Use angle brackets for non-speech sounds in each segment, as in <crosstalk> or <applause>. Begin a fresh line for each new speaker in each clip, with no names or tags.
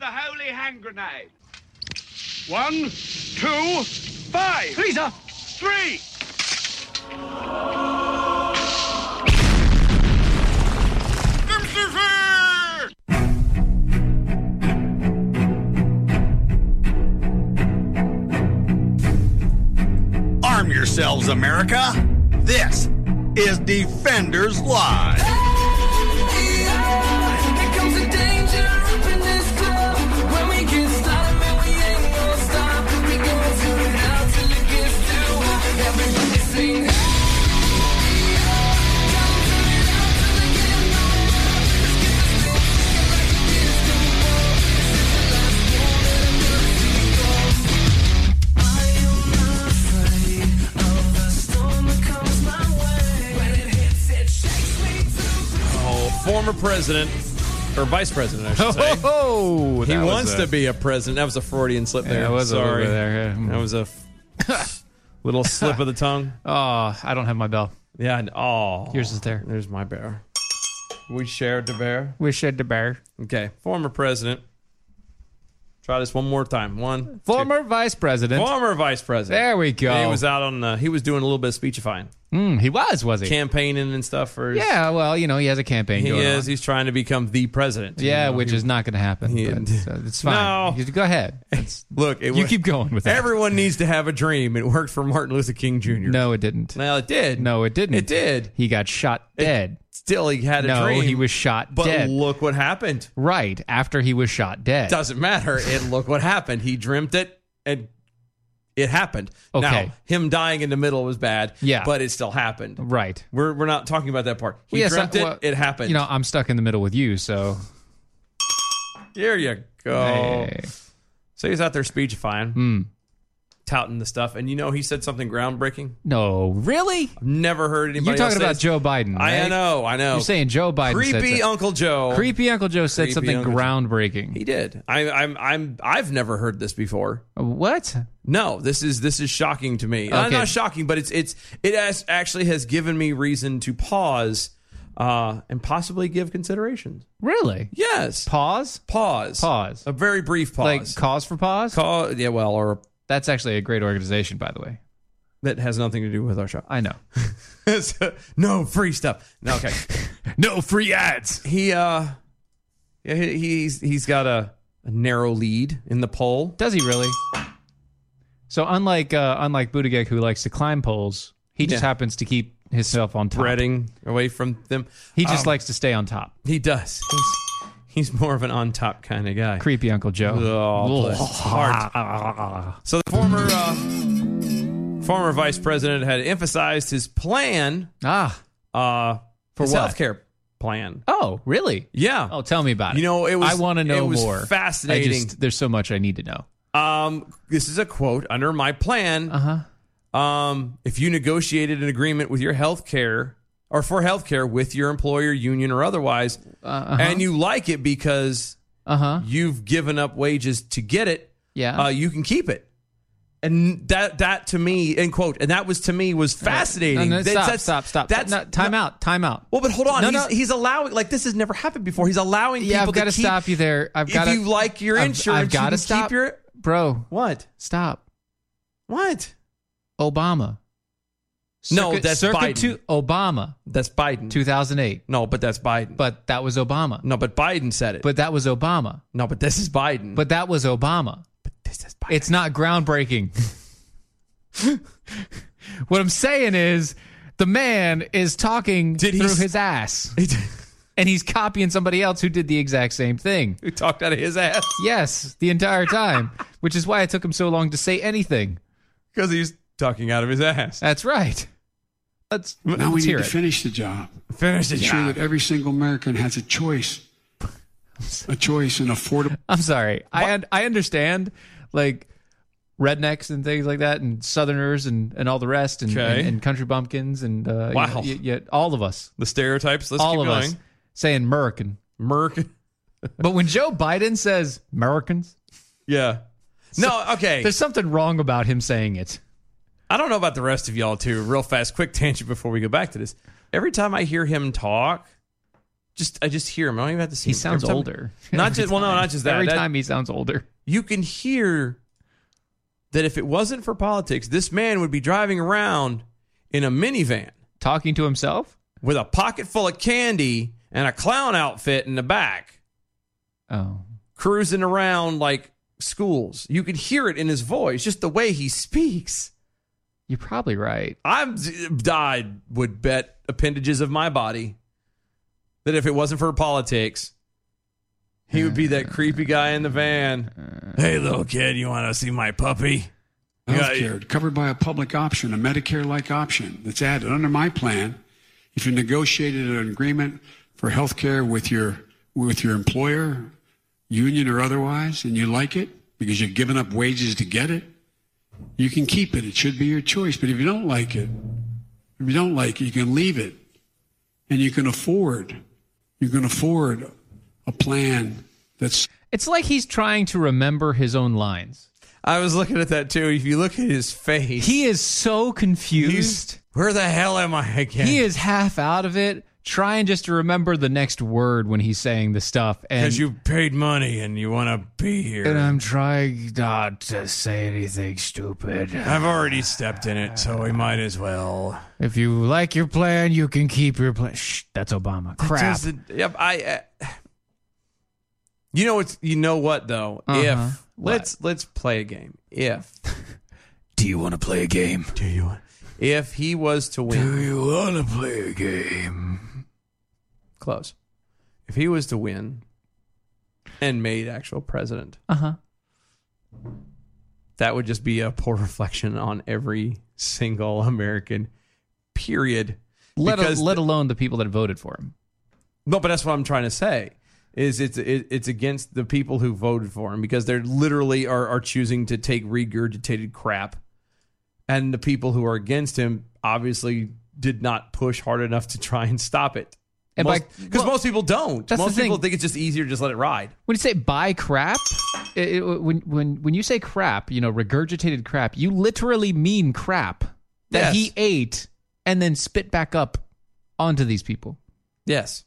the holy hand grenade. One, two, five.
Lisa!
Three.
Arm yourselves, America. This is Defenders Live.
Oh, former president or vice president, I should say.
<laughs> Oh,
he
that was
wants
a-
to be a president. That was a Freudian slip there.
Yeah, it was a little
Sorry,
bit there, yeah.
that was a
<laughs>
f- little slip of the tongue.
Oh, I don't have my bell.
Yeah. And, oh,
Yours is there.
There's my bear. We shared the bear.
We should the bear.
Okay, former president. Try this one more time. One two.
Former vice president.
former vice president.
There we go.
He was out on. Uh, he was doing a little bit of speechifying,
Mm, he was, was he?
campaigning and stuff. For his-
yeah, well, you know, he has a campaign
he
going
is.
on.
He's trying to become the president.
Yeah,
You know,
which
he-
is not going to happen.
he-
but, uh, it's fine.
No.
You- Go ahead. It's-
look. It
you
wa-
keep going with that.
<laughs> Everyone needs to have a dream. It worked for Martin Luther King Jr.
no, it didn't.
Well, it did.
No, it didn't.
It did.
He got shot dead.
Still, he had a
No,
dream.
he was shot
But
dead.
look what happened.
right after he was shot dead.
Doesn't matter. And look what happened. He dreamt it, and it happened.
Okay.
Now, him dying in the middle was bad.
Yeah.
but it still happened.
Right.
We're we're not talking about that part. He
Yes,
dreamt
I-
it.
well,
it happened.
You know, I'm stuck in the middle with you, so
There you go.
Hey. Hmm.
So he's out there speechifying, touting the stuff, and you know he said something groundbreaking.
no, really?
Never heard anybody.
You're talking
else say
about
this.
Joe Biden.
I
right?
know. I know.
You're saying Joe Biden said
creepy
so-
Uncle Joe.
Creepy Uncle Joe said
Creepy
something
Uncle Joe.
groundbreaking.
He did. I, I'm. I'm. I've never heard this before.
What?
No, this is this is shocking to me. Uh,
Okay.
not shocking, but it's it's it has, actually has given me reason to pause uh, and possibly give consideration.
Really?
Yes,
Pause?
pause,
Pause.
a very brief pause.
Like cause for pause?
Call- yeah, well, or
That's actually a great organization, by the way.
that has nothing to do with our show. <laughs>
I know.
So, no free stuff. No,
<laughs>
okay.
no free ads.
he uh, yeah, he, he's he's got a, a narrow lead in the poll.
Does he really? So unlike uh, unlike Buttigieg, who likes to climb poles, he just
Yeah.
happens to keep himself on top.
Threading away from them.
He just
Um,
likes to stay on top.
He does. He's, he's more of an on top kind of guy.
Creepy Uncle Joe.
Oh,
Ugh.
bless his heart. So the former uh, former vice president had emphasized his plan
Ah.
uh, for his
what?
healthcare plan.
Oh, really?
Yeah.
Oh, tell me about it.
You know, it was-
I want to know
it was
more.
fascinating.
I just, there's so much I need to know.
Um, this is a quote under my plan.
Uh huh.
Uh-huh. Um, if you negotiated an agreement with your healthcare or for healthcare with your employer, union, or otherwise, and you like it because
Uh huh.
you've given up wages to get it,
Yeah.
uh, you can keep it. And that that to me, in quote, and that was to me was fascinating.
No, no,
That-
stop,
that's-
stop. Stop.
That's
no, time out. Time out.
Well, but hold on.
No,
he's,
no.
he's allowing like this has never happened before. He's allowing
yeah, I've
people
got to
to keep,
stop you there. I've
if
got.
you like your
I've-
insurance,
I've
you
gotta
can
stop.
keep your
bro.
what?
Stop.
What?
Obama.
No,
Circa-
that's
circa
Biden.
two- Obama,
That's Biden.
2008.
no, but that's Biden.
But that was Obama.
no, but Biden said it.
But that was Obama.
no, but this is Biden.
But that was Obama.
this is Biden.
It's not groundbreaking. what I'm saying is, the man is talking
Did he
through
s-
his ass,
<laughs>
and he's copying somebody else who did the exact same thing.
Who talked out of his ass
Yes, the entire time, which is why it took him so long to say anything.
because he's talking out of his ass.
That's right. Let's,
Now we
let's
need
hear
to
it.
finish the job.
Finish the
Ensure
job.
that every single American has a choice, a choice in affordable.
I'm sorry. I un- I understand like rednecks and things like that, and Southerners and, and all the rest, and,
Okay.
and, and country bumpkins, and uh, you
Wow.
know, y- yet all of us,
The stereotypes. Let's
all
keep
of
going.
us saying American.
<laughs> Merc.
But when Joe Biden says Americans,
Yeah. No, okay.
there's something wrong about him saying it.
I don't know about the rest of y'all too. Real fast, quick <laughs> tangent before we go back to this. Every time I hear him talk, just I just hear him. I don't even have to see.
He
him.
sounds
Every time-
older.
Not just well, no, not just that.
Every
That-
time he sounds older.
you can hear that if it wasn't for politics, this man would be driving around in a minivan
Talking to himself?
with a pocket full of candy and a clown outfit in the back,
Oh.
cruising around like schools. You can hear it in his voice, just the way he <laughs> speaks.
You're probably right.
I'm I would bet appendages of my body that if it wasn't for politics, he would be that creepy guy in the van. Hey, little kid, you want to see my puppy?
Health care covered by a public option, a Medicare like option that's added under my plan. If you negotiated an agreement for health care with your, with your employer, union or otherwise, and you like it because you've given up wages to get it, you can keep it. It should be your choice. But if you don't like it, if you don't like it, you can leave it and you can afford, you can afford a plan that's
It's like he's trying to remember his own lines.
I was looking at that too. If you look at his face,
He is so confused.
he's where the hell am I again?
He is half out of it, trying just to remember the next word when he's saying the stuff. And,
because you paid money and you want to be here.
and I'm trying not to say anything stupid.
I've already stepped in it, so we might as well.
If you like your plan, you can keep your plan. Shh, that's Obama. Crap.
Doesn't- Yep. I. Uh, you know what's you know what though?
Uh-huh.
If let's let's play a game. If
Do you want to play a game?
do you want? If he was to win,
you want to play a game?
close. If he was to win, and made actual president,
Uh huh.
that would just be a poor <laughs> reflection on every single American. Period.
Let, a,
Because
let alone the people that voted for him.
No, but that's what I'm trying to say. Is it's it, it's against the people who voted for him because they're literally are are choosing to take regurgitated crap, and the people who are against him obviously did not push hard enough to try and stop it.
And
Because
by-
most,
well,
people don't.
that's the
most people
thing.
think it's just easier to just let it ride.
When you say buy crap, it, it- when when when you say crap, you know regurgitated crap, you literally mean crap that
Yes.
he ate and then spit back up onto these people.
Yes.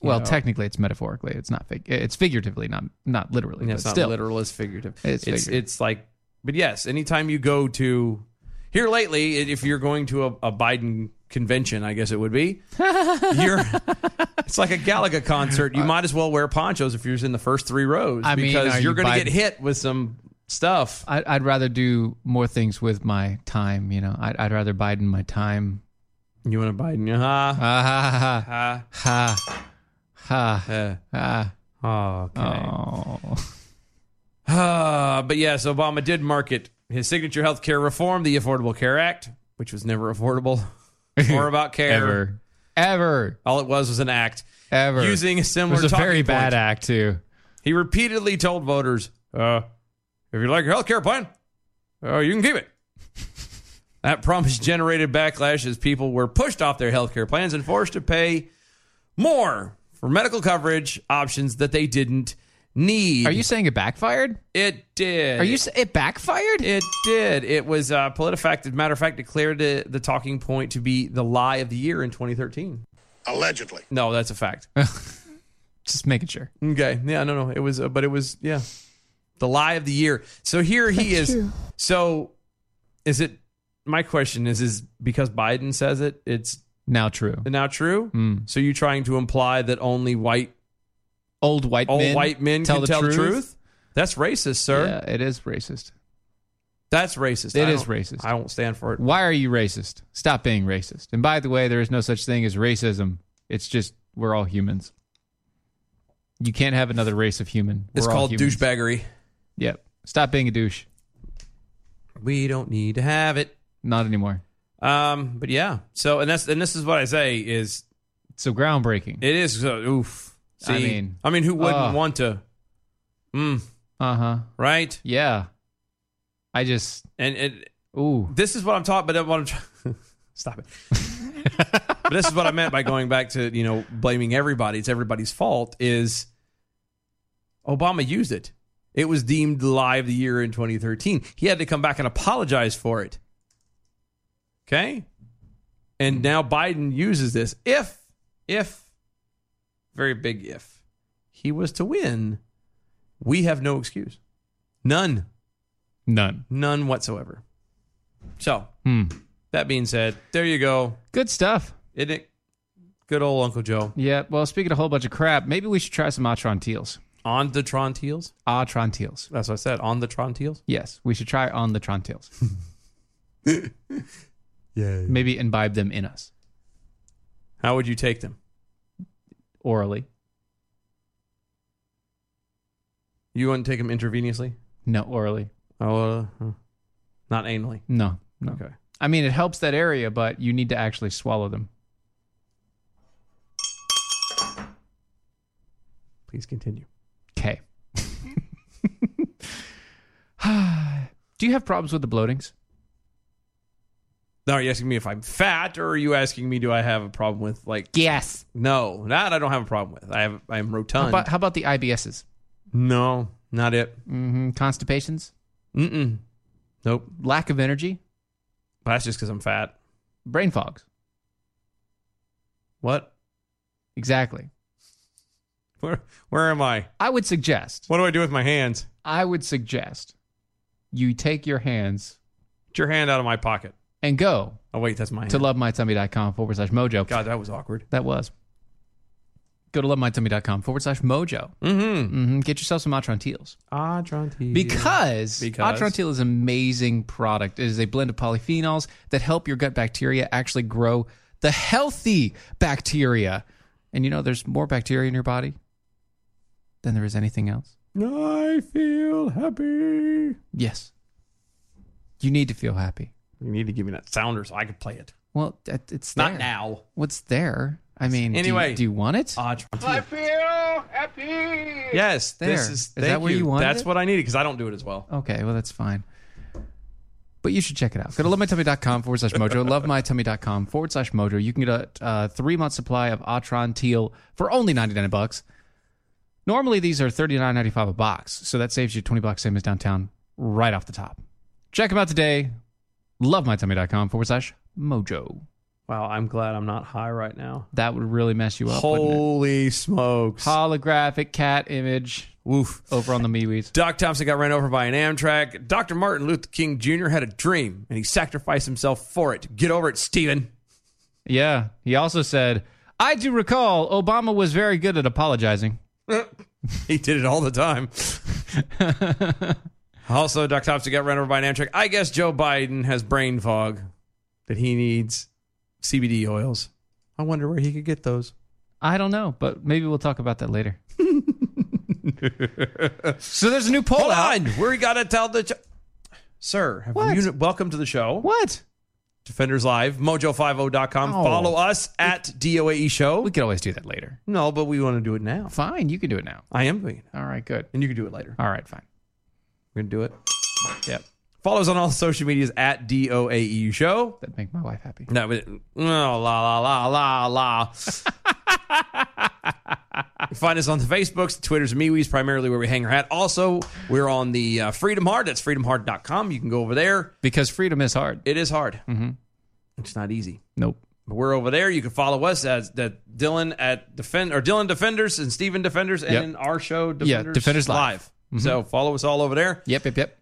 Well,
Yeah.
technically, it's metaphorically. It's not fig- It's figuratively, not not literally.
Yeah,
but
it's not
still,
literal, it's figurative.
It's
it's,
figurative.
it's like, but yes, anytime you go to here lately, i- if you're going to a, a Biden convention, I guess it would
<laughs>
be, you're it's like a Galaga concert. You might as well wear ponchos if you're in the first three rows
I mean,
because
are
you're
you
going to
Biden-
get hit with some stuff.
I, I'd rather do more things with my time. You know, I'd, I'd rather Biden my time.
You want a Biden? Uh-huh.
Ha ha ha
Uh,
ha ha
uh,
ha.
okay.
Oh,
Uh, <laughs> but yes, Obama did market his signature health care reform, the Affordable Care Act, which was never
<laughs>
affordable or about care.
ever, ever,
All it was was an act.
ever.
Using a
it
similar
was a
talking
very bad
point.
act too.
He repeatedly told
<laughs>
voters, uh, if you like your health care plan, uh, you can keep it. That promise generated backlash as people were pushed off their health care plans and forced to pay more for medical coverage options that they didn't need.
Are you saying it backfired?
It did.
Are you sa- it backfired?
It did. It was uh, PolitiFact, as a matter of fact, declared the, the talking point to be the lie of the year in 2013.
Allegedly.
No, that's a fact.
Just making sure.
Okay. Yeah, no, no. It was, uh, but it was, yeah, the lie of the year. So here he is. So is it, my question is, is because Biden says it, it's
Now true.
now true?
Hmm.
So you're trying to imply that only white,
Old white
all
men
white men
tell
can
the
tell
truth.
the truth? That's racist, sir.
Yeah, it is racist.
That's racist.
It
It is
is racist.
I won't stand for it.
Why are you racist? Stop being racist. And by the way, there is no such thing as racism. It's just we're all humans. You can't have another race of human.
It's
We're all
called
humans.
douchebaggery.
Yep. Stop being a douche.
We don't need to have it.
Not anymore.
Um, but yeah. So and that's and this is what I say is
So groundbreaking.
it is uh, oof. See,
I mean,
I mean, who wouldn't
ugh.
want to? Mm,
Uh huh.
right.
Yeah. I just
And and
ooh.
this is what I'm talking. But what I'm tr- <laughs> stop it. but this is what I meant by going back to you know blaming everybody. It's everybody's fault. Is Obama used it? It was deemed the lie of the year in 2013. He had to come back and apologize for it. Okay, and now Biden uses this. If if very big if he was to win, we have no excuse. None.
None.
None whatsoever. So,
Hmm.
that being said, there you go.
Good stuff.
Isn't it good old Uncle Joe?
Yeah. Well, speaking of a whole bunch of crap, maybe we should try some Atronteals.
On the Tronteals?
Atronteals.
That's what I said. On the Tronteals?
Yes, we should try on the Tronteals. yeah. Maybe imbibe them in us
How would you take them?
orally.
You wouldn't take them intravenously?
No, orally.
Oh, uh, huh. not anally.
No, no.
Okay.
I mean, it helps that area, but you need to actually swallow them.
Please continue.
Okay. <laughs> <sighs> Do you have problems with the bloatings?
Now, are you asking me if I'm fat or are you asking me do I have a problem with, like,
Yes.
no, that I don't have a problem with. I have, I'm
How
rotund.
about, how about the IBSs?
no, not it.
Mm-hmm. Constipations?
Mm-mm. Nope.
Lack of energy?
But that's just because I'm fat.
Brain fogs.
What? <laughs>
Exactly.
Where, where am I?
I would suggest,
What do I do with my hands?
I would suggest you take your hands
Get your hand out of my pocket.
and go
Oh wait, that's my hand.
to lovemytummy.com forward slash mojo.
God, that was awkward.
That was. Go to lovemytummy.com forward slash mojo.
Mm-hmm.
hmm Get yourself some Atronteals.
Adrantil.
Because,
Because-
Atrantil is an amazing product. It is a blend of polyphenols that help your gut bacteria actually grow the healthy bacteria. And you know, there's more bacteria in your body than there is anything else.
I feel happy. You
Yes. You need to feel happy.
need to give me that sounder so I can play it.
Well, that- it's
Not
there.
now.
What's there? I mean, do you-
Anyway. Uh,
do you, want it?
Adrantil.
feel happy.
Yes,
There.
this is.
Is
thank
that where you wanted
That's
it?
what I needed because I don't do it as well.
Okay, well, that's fine. But you should check it out. Go to lovemytummy.com forward slash
<laughs>
mojo, lovemytummy.com forward slash mojo. You can get a uh, three month supply of Atron Teal for only 99 bucks. Normally, these are thirty nine ninety five a box, so that saves you 20 bucks, same as downtown, right off the top. Check them out today. Lovemytummy.com forward slash mojo.
Wow, I'm glad I'm not high right now.
That would really mess you up. wouldn't it?
Holy smokes!
Holographic cat image
Woof.
over on the MeWe's.
Doc Thompson got ran over by an Amtrak. Dr. Martin Luther King Jr. had a dream and he sacrificed himself for it. Get over it, Steven.
Yeah. He also said, I do recall Obama was very good at apologizing.
he did it all
<laughs>
the time. also, Doc Thompson got run over by an Amtrak. I guess Joe Biden has brain fog that he needs CBD oils. I wonder where he could get those.
I don't know, but maybe we'll talk about that
<laughs>
later. so there's a new poll
Hold
out.
on. We got to tell the. Sir, have
What?
you welcome to the show.
What?
Defenders Live, mojo50.com.
Oh.
Follow us at DOAE E Show.
We could always do that later.
no, but we want to do it now.
Fine, you can do it now.
I am doing it.
All right, good.
And you can do it later.
All right, fine.
We're going to do it. Yep. Follow us on all social medias at DOAEU E Show.
That'd make my wife happy.
No, but, oh, la, la, la, la, la. Find us on the Facebooks, Twitters, and MeWe's, primarily where we hang our hat. Also, we're on the uh, Freedom Hard. That's freedomhard.com. You can go over there.
Because freedom is hard.
It is hard.
Mm-hmm.
It's not easy.
Nope.
But we're over there. You can follow us as that Dylan at defend or Dylan Defenders and Steven Defenders and
Yep.
in our show
Yeah,
Defenders,
Defenders Live. Mm-hmm.
So follow us all over there.
Yep, yep, yep.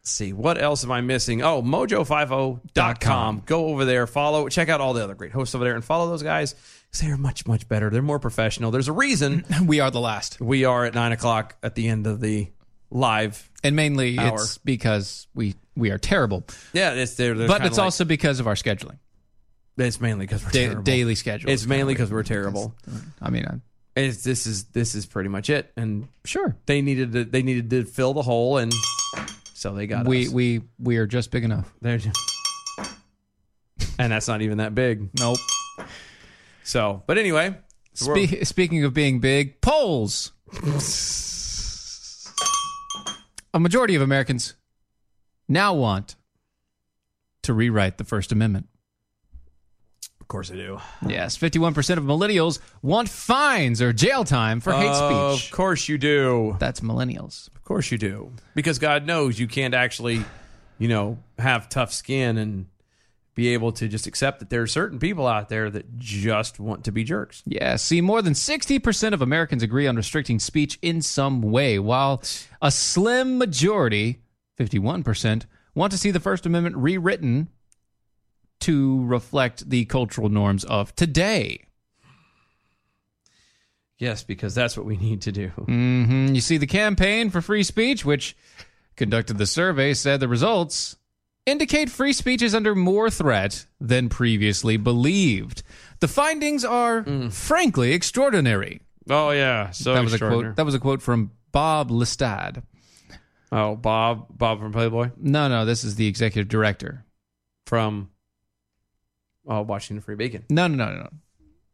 Let's see what else am I missing? Oh, mojo50.com. Go over there, follow, check out all the other great hosts over there and follow those guys 'cause they're much, much better. They're more professional. There's
<laughs>
a reason
We are the last.
<laughs> we are at nine o'clock at the end of the live.
And mainly
Hour.
it's because we we are terrible.
Yeah, it's they're, they're
but
kinda
it's
like-
also because of our scheduling.
it's mainly because we're
Da-
terrible.
daily schedule.
It's mainly because we're terrible.
I mean, uh, I,
It's, this is this is pretty much it. And
sure.
they needed to, they needed to fill the hole, and so they got
We
us.
we we are just big enough.
They're ju- and that's not even that big.
Nope.
So, but anyway, we're-
Spe- <laughs> speaking of being big, polls. A majority of Americans now want to rewrite the First Amendment.
of course I do.
Yes, 51% of millennials want fines or jail time for hate
Of
speech.
course you do.
That's millennials.
Of course you do. Because God knows you can't actually, you know, have tough skin and be able to just accept that there are certain people out there that just want to be jerks.
Yeah, see, more than 60% of Americans agree on restricting speech in some way, while a slim majority, 51%, want to see the First Amendment rewritten to reflect the cultural norms of today.
Yes, because that's what we <laughs> need to do.
hmm You see, the campaign for free speech, which conducted the survey, said the results indicate free speech is under more threat than previously believed. The findings are, frankly, extraordinary.
Oh yeah, so
that was a
extraordinary.
quote. That was a quote from Bob Listad.
oh, Bob, Bob from Playboy,
No, no, this is the executive director.
from oh Washington Free Bacon.
No, no, no, no, no.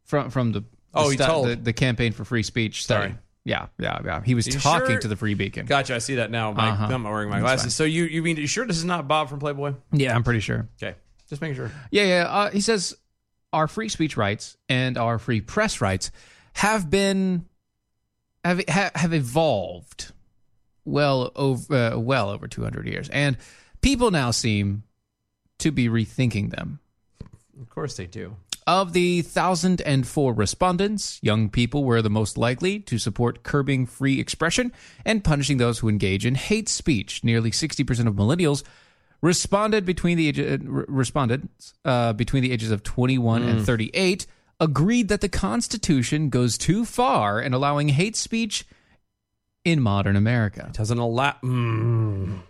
From from the
Oh,
the
he
stu-
told.
the, the campaign for free speech. study.
Sorry.
Yeah, yeah, yeah. He was
You
talking
sure?
to the Free Beacon.
Gotcha, I see that now. My,
Uh-huh.
I'm not wearing my
That's
glasses.
fine.
So you you mean you sure this is not Bob from Playboy?
Yeah, I'm pretty sure.
Okay, just making sure.
Yeah, yeah. Uh, he says our free speech rights and our free press rights have been have ha- have evolved well over uh, well over 200 years, and people now seem to be rethinking them.
Of course they do.
Of the 1,004 respondents, young people were the most likely to support curbing free expression and punishing those who engage in hate speech. Nearly 60% of millennials responded between the age, uh, re- respondents uh, between the ages of 21 and 38 agreed that the Constitution goes too far in allowing hate speech in modern America
Doesn't allow. Mm.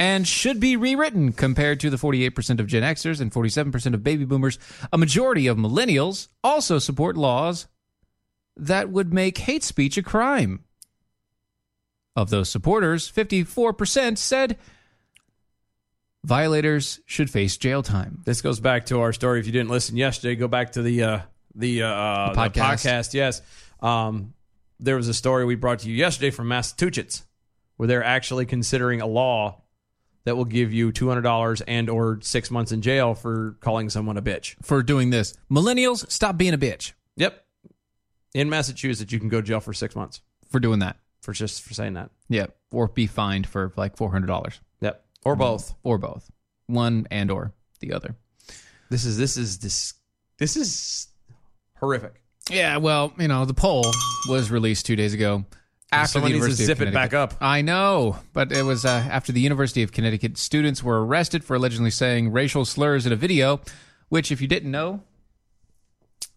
and should be rewritten compared to the 48% of Gen Xers and 47% of baby boomers. A majority of millennials also support laws that would make hate speech a crime. Of those supporters, 54% said violators should face jail time.
This goes back to our story. If you didn't listen yesterday, go back to the uh, the, uh,
The
the
podcast.
podcast. Yes, um, there was a story we brought to you yesterday from Massachusetts, where they're actually considering a law that will give you two hundred dollars and or six months in jail for calling someone a bitch.
For doing this, millennials, stop being a bitch
Yep, in Massachusetts, you can go to jail for six months
for doing that.
for just for saying that.
Yeah. Or be fined for like $400
Yep, or
Mm-hmm.
both.
or both. One and or the other.
This is this is this this is horrific.
Yeah, well, you know, the poll was released two days ago. After
Someone
the
needs to
University of
zip it back
Connecticut-
up.
I know, but it was uh, after the University of Connecticut students were arrested for allegedly saying racial slurs in a video, which, if you didn't know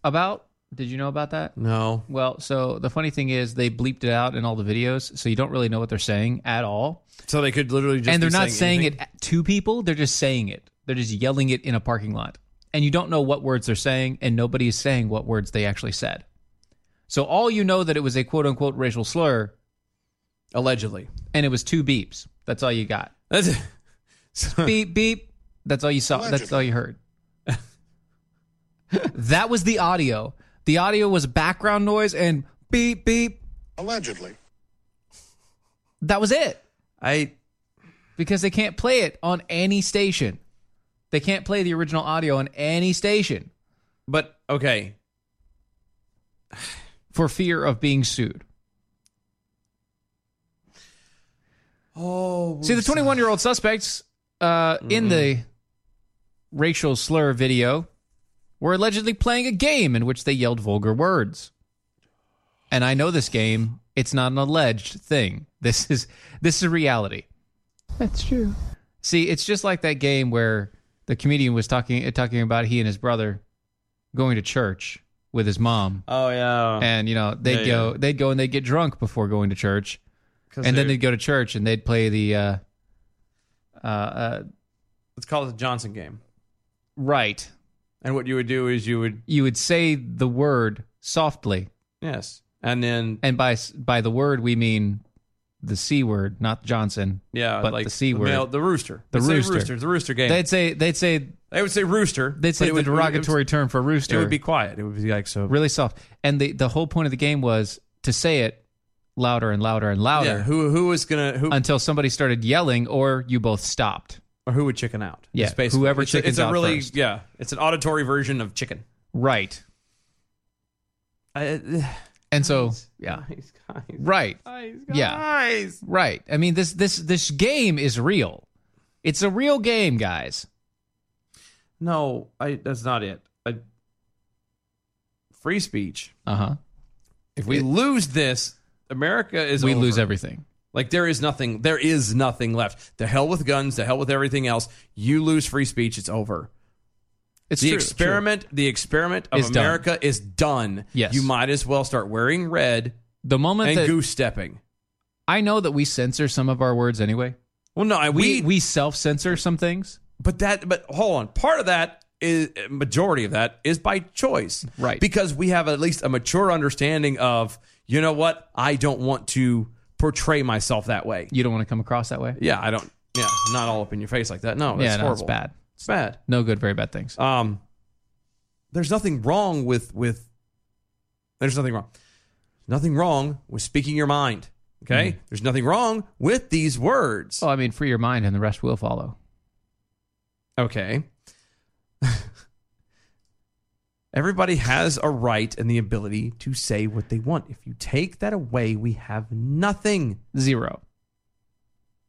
about, did you know about that?
No,
Well, so the funny thing is they bleeped it out in all the videos, so you don't really know what they're saying at all.
so they could literally just
and they're
be
not saying
anything.
it to people, they're just saying it. They're just yelling it in a parking lot. And you don't know what words they're saying, and nobody is saying what words they actually said. So all you know that it was a quote unquote racial slur,
allegedly.
and it was two beeps. That's all you
<laughs>
got.
That's it. So-
Beep, beep. That's all you saw. That's all you heard. <laughs> that was the audio. The audio was background noise and beep, beep. Allegedly. That was it.
I
because they can't play it on any station. They can't play the original audio on any station
But okay,
for fear of being sued.
Oh,
See, the 21 year old suspects uh, in the racial slur video were allegedly playing a game in which they yelled vulgar words. And I know this game. It's not an alleged thing. This is this is reality.
That's true.
See, it's just like that game where the comedian was talking uh, talking about he and his brother going to church with his mom,
oh yeah,
and you know they'd
Yeah,
go
yeah.
they'd go and they'd get drunk before going to church, and then they'd go to church and they'd play the uh, uh, uh,
let's call it the Johnson game.
right.
And what you would do is you would
You would say the word softly,
yes, and then
and by s- by the word we mean the c word, not Johnson.
yeah,
but
like
the c word.
male- the rooster,
The
They'd say
rooster.
rooster, the rooster game.
They'd say they'd say
they would say rooster.
they'd say
but
the
it would- it would-
derogatory term for
It
rooster.
would, be quiet. It would be like so.
really soft. And the the whole point of the game was to say it louder and louder and louder
Yeah, who who was gonna who
until somebody started yelling or you both stopped.
or who would chicken out?
Yeah,
It's basically-
whoever
it's a-
chickens
it's a
out
really,
first.
Yeah, it's an auditory version of chicken.
Right. uh,
I,
And so yeah.
guys, guys,
Right. Yeah.
guys.
Right. I mean this this this game is real. It's a real game, guys.
No, I. That's not it. I, free speech.
Uh-huh.
If we lose this, America is
we
over.
lose everything.
Like there is nothing. There is nothing left. The hell with guns. The hell with everything else. You lose free speech. It's over.
It's
the
true,
experiment. The experiment of
Is done.
America is done.
Yes.
You might as well start wearing red
true. The moment
and
that
goose stepping.
I know that we censor some of our words anyway.
Well, no, I,
We
we,
we self-censor some things.
but that but hold on part of that is majority of that is by choice
Right.
because we have at least a mature understanding of you know what i don't want to portray myself that way
You don't want to come across that way.
yeah i don't yeah not all up in your face like that no Oh, that's
yeah, no,
horrible
it's bad.
it's bad
No good, very bad things.
um there's nothing wrong with with there's nothing wrong nothing wrong with speaking your mind okay there's nothing wrong with these words
Well, I mean, free your mind and the rest will follow.
Okay. <laughs> Everybody has a right and the ability to say what they want. If you take that away, we have nothing.
Zero.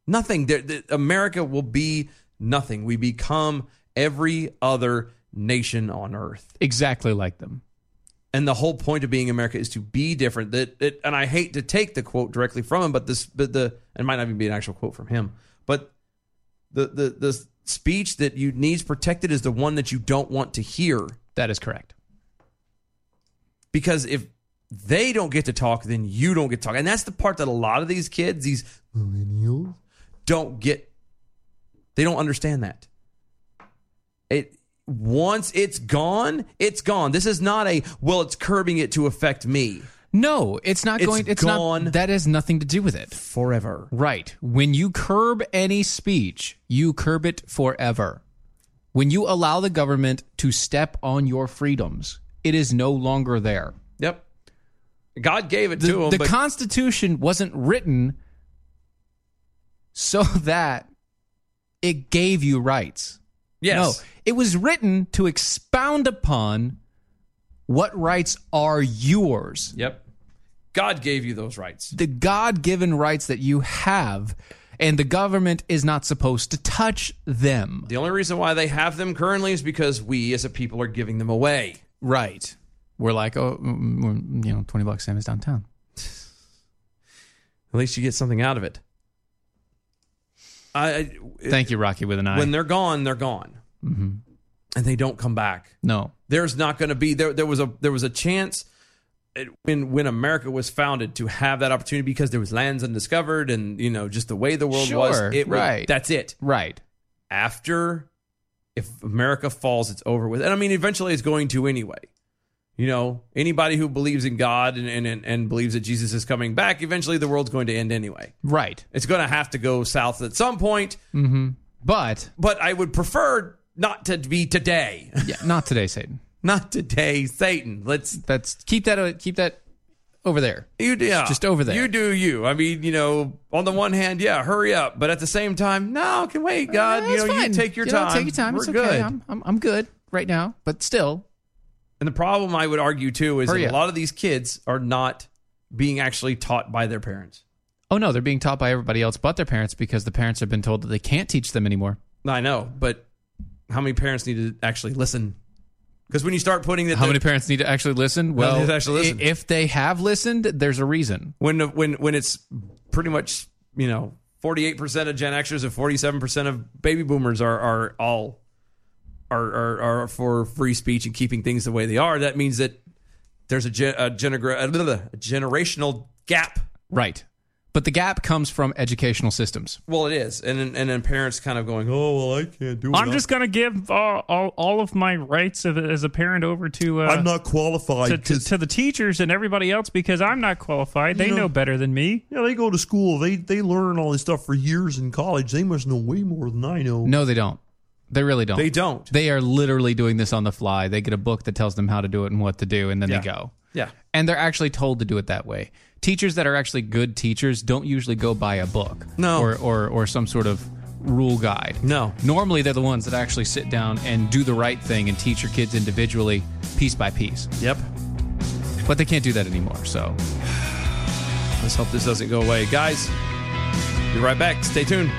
Nothing. There- the- America will be nothing. We become every other nation on earth.
Exactly like them.
And the whole point of being America is to be different. That it, and I hate to take the quote directly from him, but this, but the, it might not even be an actual quote from him, but the the the speech that you needs protected is the one that you don't want to hear.
That is correct.
because if they don't get to talk, then you don't get to talk. And that's the part that a lot of these kids, these millennials, don't get. They don't understand that. It once it's gone, it's gone. This is not a well, it's curbing it to affect me
No, it's not
It's
going. It's
gone.
not. That has nothing to do with it.
forever.
Right. When you curb any speech, you curb it forever. When you allow the government to step on your freedoms, it is no longer there.
Yep. God gave it
The,
to them.
the
but
Constitution wasn't written so that it gave you rights.
yes.
No, it was written to expound upon what rights are yours,
Yep. God gave you those rights.
the God given rights that you have, and the government is not supposed to touch them.
The only reason why they have them currently is because we as a people are giving them away.
Right. We're like, oh, mm, mm, you know, 20 bucks, Sam is downtown.
At least you get something out of it. I, I
Thank you, Rocky, with an eye.
Uh, when they're gone, they're gone, and they don't come back.
no.
There's not going to be there. There was a there was a chance it, when when America was founded to have that opportunity because there was lands undiscovered and you know just the way the world was.
Sure,
It was-
right.
that's it.
Right.
After if America falls, it's over with. And I mean, eventually, it's going to anyway. You know, anybody who believes in God and and- and, and believes that Jesus is coming back, eventually the world's going to end anyway
Right.
it's going to have to go south at some point,
But
but I would prefer not to be today. <laughs>
yeah, not today, Satan.
not today, Satan. Let's
That's uh, keep that keep that over there.
You do, yeah.
Just over there.
You do you. I mean, you know, on the one hand, yeah, hurry up, but at the same time, no, can wait, God.
Uh,
you
it's
know,
fine.
you take your
You know,
time.
Take your time.
We're
it's
good.
okay. I'm, I'm I'm good right now, but still,
And the problem I would argue too is that
Hurry
a
up.
lot of these kids are not being actually taught by their parents.
oh no, they're being taught by everybody else but their parents because the parents have been told that they can't teach them anymore.
I know, but how many parents need to actually listen? Because when you start putting that,
How
the-
many parents need to actually listen?
they
Well,
actually
i-
listen.
if they have listened, there's a reason.
when when when it's pretty much you know forty eight percent of Gen Xers and forty seven percent of baby boomers are are all are, are are for free speech and keeping things the way they are. That means that there's a, gen, a, genegra- a blah, blah, blah, a generational gap.
Right. But the gap comes from educational systems.
Well, it is, and then- and then parents kind of going, oh well, I can't do.
I'm
it.
just gonna give uh, all all of my rights of, as a parent over to uh,
I'm not qualified
to, to, to the teachers and everybody else because I'm not qualified. They know better than me.
Yeah, they go to school. They they learn all this stuff for years in college. They must know way more than I know.
No, they don't. They really don't.
They don't.
They are literally doing this on the fly. They get a book that tells them how to do it and what to do, and then they
Yeah.
go.
yeah.
And they're actually told to do it that way. Teachers that are actually good teachers don't usually go by a book
No.
or, or, or some sort of rule guide.
No.
Normally, they're the ones that actually sit down and do the right thing and teach your kids individually, piece by piece.
Yep.
But they can't do that anymore. So,
Let's hope this doesn't go away, guys. Be right back. Stay tuned.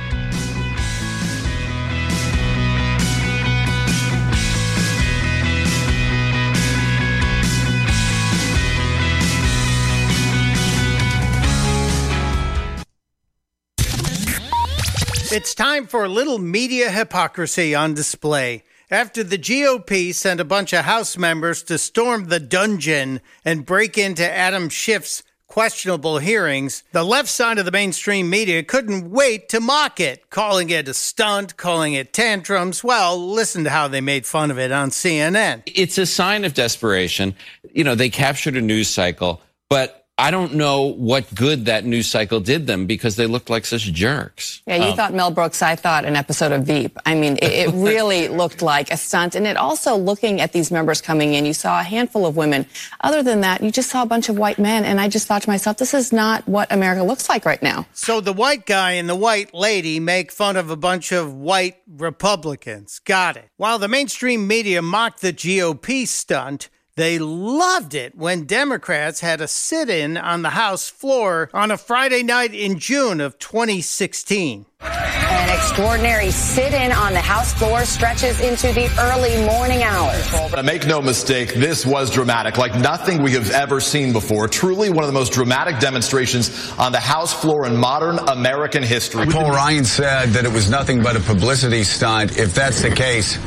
It's time for a little media hypocrisy on display. After the GOP sent a bunch of House members to storm the dungeon and break into Adam Schiff's questionable hearings, the left side of the mainstream media couldn't wait to mock it, calling it a stunt, calling it tantrums. Well, listen to how they made fun of it on CNN.
it's a sign of desperation. You know, they captured a news cycle, but I don't know what good that news cycle did them because they looked like such jerks. Um,
Yeah, you thought Mel Brooks. I thought an episode of Veep. I mean,
<laughs>
it, it really looked like a stunt. And it also, looking at these members coming in, you saw a handful of women. Other than that, you just saw a bunch of white men. And I just thought to myself, this is not what America looks like right now.
So the white guy and the white lady make fun of a bunch of white Republicans. Got it. While the mainstream media mocked the GOP stunt, they loved it when Democrats had a sit in on the House floor on a Friday night in June of 2016.
An extraordinary sit in on the House floor stretches into the early morning hours.
But make no mistake, this was dramatic, like nothing we have ever seen before. Truly one of the most dramatic demonstrations on the House floor in modern American history.
Paul Ryan said that it was nothing but a publicity stunt. If that's the case,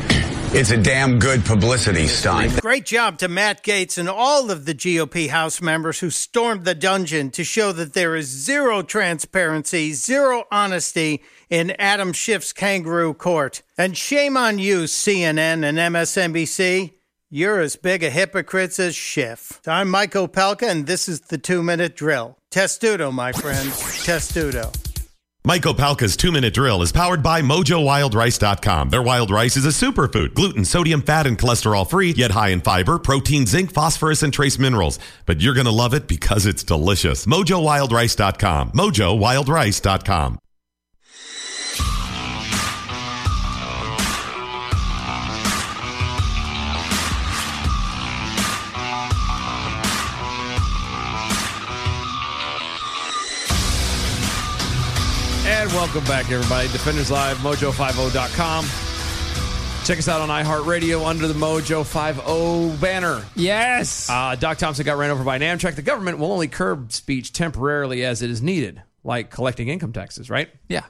it's a damn good publicity stunt.
Great job to Matt Gates and all of the GOP House members who stormed the dungeon to show that there is zero transparency, zero honesty in Adam Schiff's kangaroo court. And shame on you, CNN and MSNBC. You're as big a hypocrites as Schiff. I'm Mike Opelka, and this is the two minute drill. Testudo, my friends. Testudo.
Mike Opalka's two minute drill is powered by MojoWildRice.com. Their wild rice is a superfood, gluten, sodium, fat, and cholesterol free, yet high in fiber, protein, zinc, phosphorus, and trace minerals. But you're going to love it because it's delicious. MojoWildRice.com. MojoWildRice.com.
And welcome back, everybody. Defenders Live, mojo50.com. Check us out on iHeartRadio under the Mojo 50 banner.
yes.
Uh, Doc Thompson got ran over by an Amtrak. The government will only curb speech temporarily as it is needed, like collecting income taxes, right?
yeah.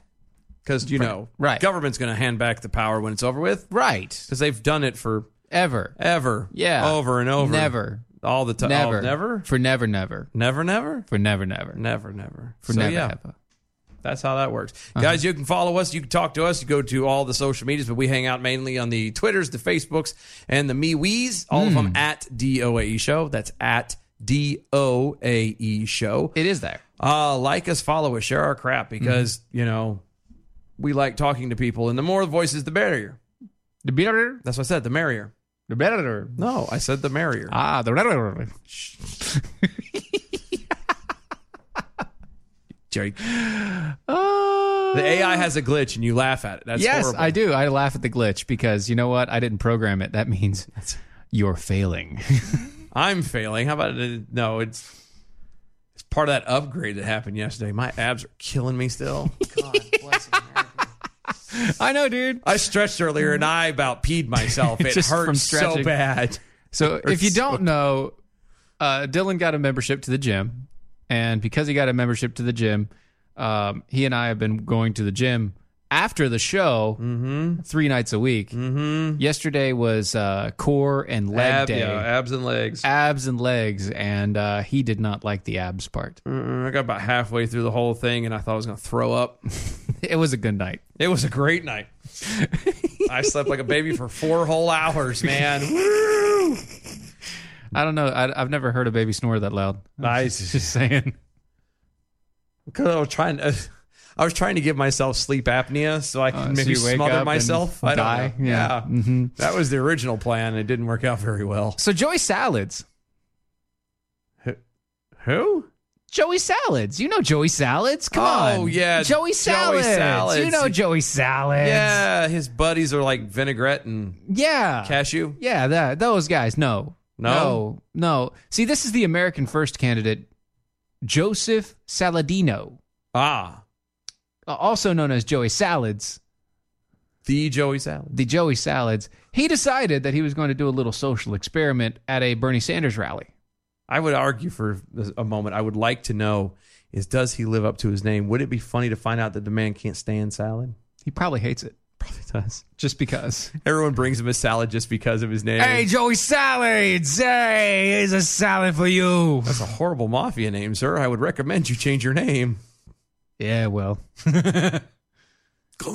Because, you know,
Right.
government's going to hand back the power when it's over with.
Right.
Because they've done it for
Ever.
ever.
Yeah.
Over and over.
Never.
All the time.
Never.
Never?
For never, never.
Never, never?
For never, never.
Never, never.
For
So,
never,
yeah.
ever.
That's how that works.
Uh-huh.
Guys, you can follow us. You can talk to us. You go to all the social medias, but we hang out mainly on the Twitters, the Facebooks, and the MeWe's. All of
Hmm.
them at DOAE E Show. That's at DOAE E Show.
It is there.
Uh, like us, follow us, share our crap because,
Mm-hmm.
you know, we like talking to people. And the more voices, the merrier.
The better,
That's what I said, the Ah, merrier.
the better.
No, I said the merrier.
Ah, the better.
Jake. the AI has a glitch, and you laugh at it. That's
Uh, yes,
horrible.
I do. I laugh at the glitch because you know what? I didn't program it. That means you're
<laughs>
failing.
I'm failing. How about it? No, it's it's part of that upgrade that happened yesterday. My abs are killing me
<laughs>
still.
I know, dude.
I stretched earlier and I about peed myself. It
<laughs> Just from
hurts so
stretching.
bad.
So
It
if you
hurts so
don't know, uh, Dylan got a membership to the gym, and because he got a membership to the gym, um, he and I have been going to the gym after the show three nights a week. Mm-hmm. Yesterday was uh, core and leg
Ab-
day,
yeah, abs and legs.
abs and legs, and uh, he did not like the abs part.
Mm, I got about halfway through the whole thing and I thought I was going to throw up.
it was a good night.
It was a great
<laughs>
night. I slept like a baby for four whole hours, man.
I don't know. I, I've never heard a baby snore that loud. <laughs>
I <laughs>
just saying.
Because I was trying to, I was trying to give myself sleep apnea so I
Uh,
can
so
maybe
you wake up
smother
and
myself. I don't
die?
know.
Yeah. Mhm.
that was the original plan. It didn't work out very well.
So Joey Salads.
Who?
Joey Salads. You know Joey Salads. Come on.
Oh, yeah.
Joey
Joey
Salads. You
Salads.
know Joey Salads.
Yeah, his buddies are like vinaigrette and
Ah.
Yeah.
cashew.
Yeah, that those guys. No.
No?
No. no. See, this is the American first candidate, Joseph Saladino,
Ah,
uh, also known as Joey Salads.
the Joey salad.
The Joey Salads. He decided that he was going to do a little social experiment at a Bernie Sanders rally.
I would argue for a moment. I would like to know is does he live up to his name? Would it be funny to find out that the man can't stand salad? <laughs>
He probably hates it. Probably
does.
Just because.
Everyone brings him a salad just because of his name.
Hey, Joey Salads. Hey, here's a salad for you.
That's a horrible mafia name, sir. I would recommend you change your name.
Yeah, well.
Come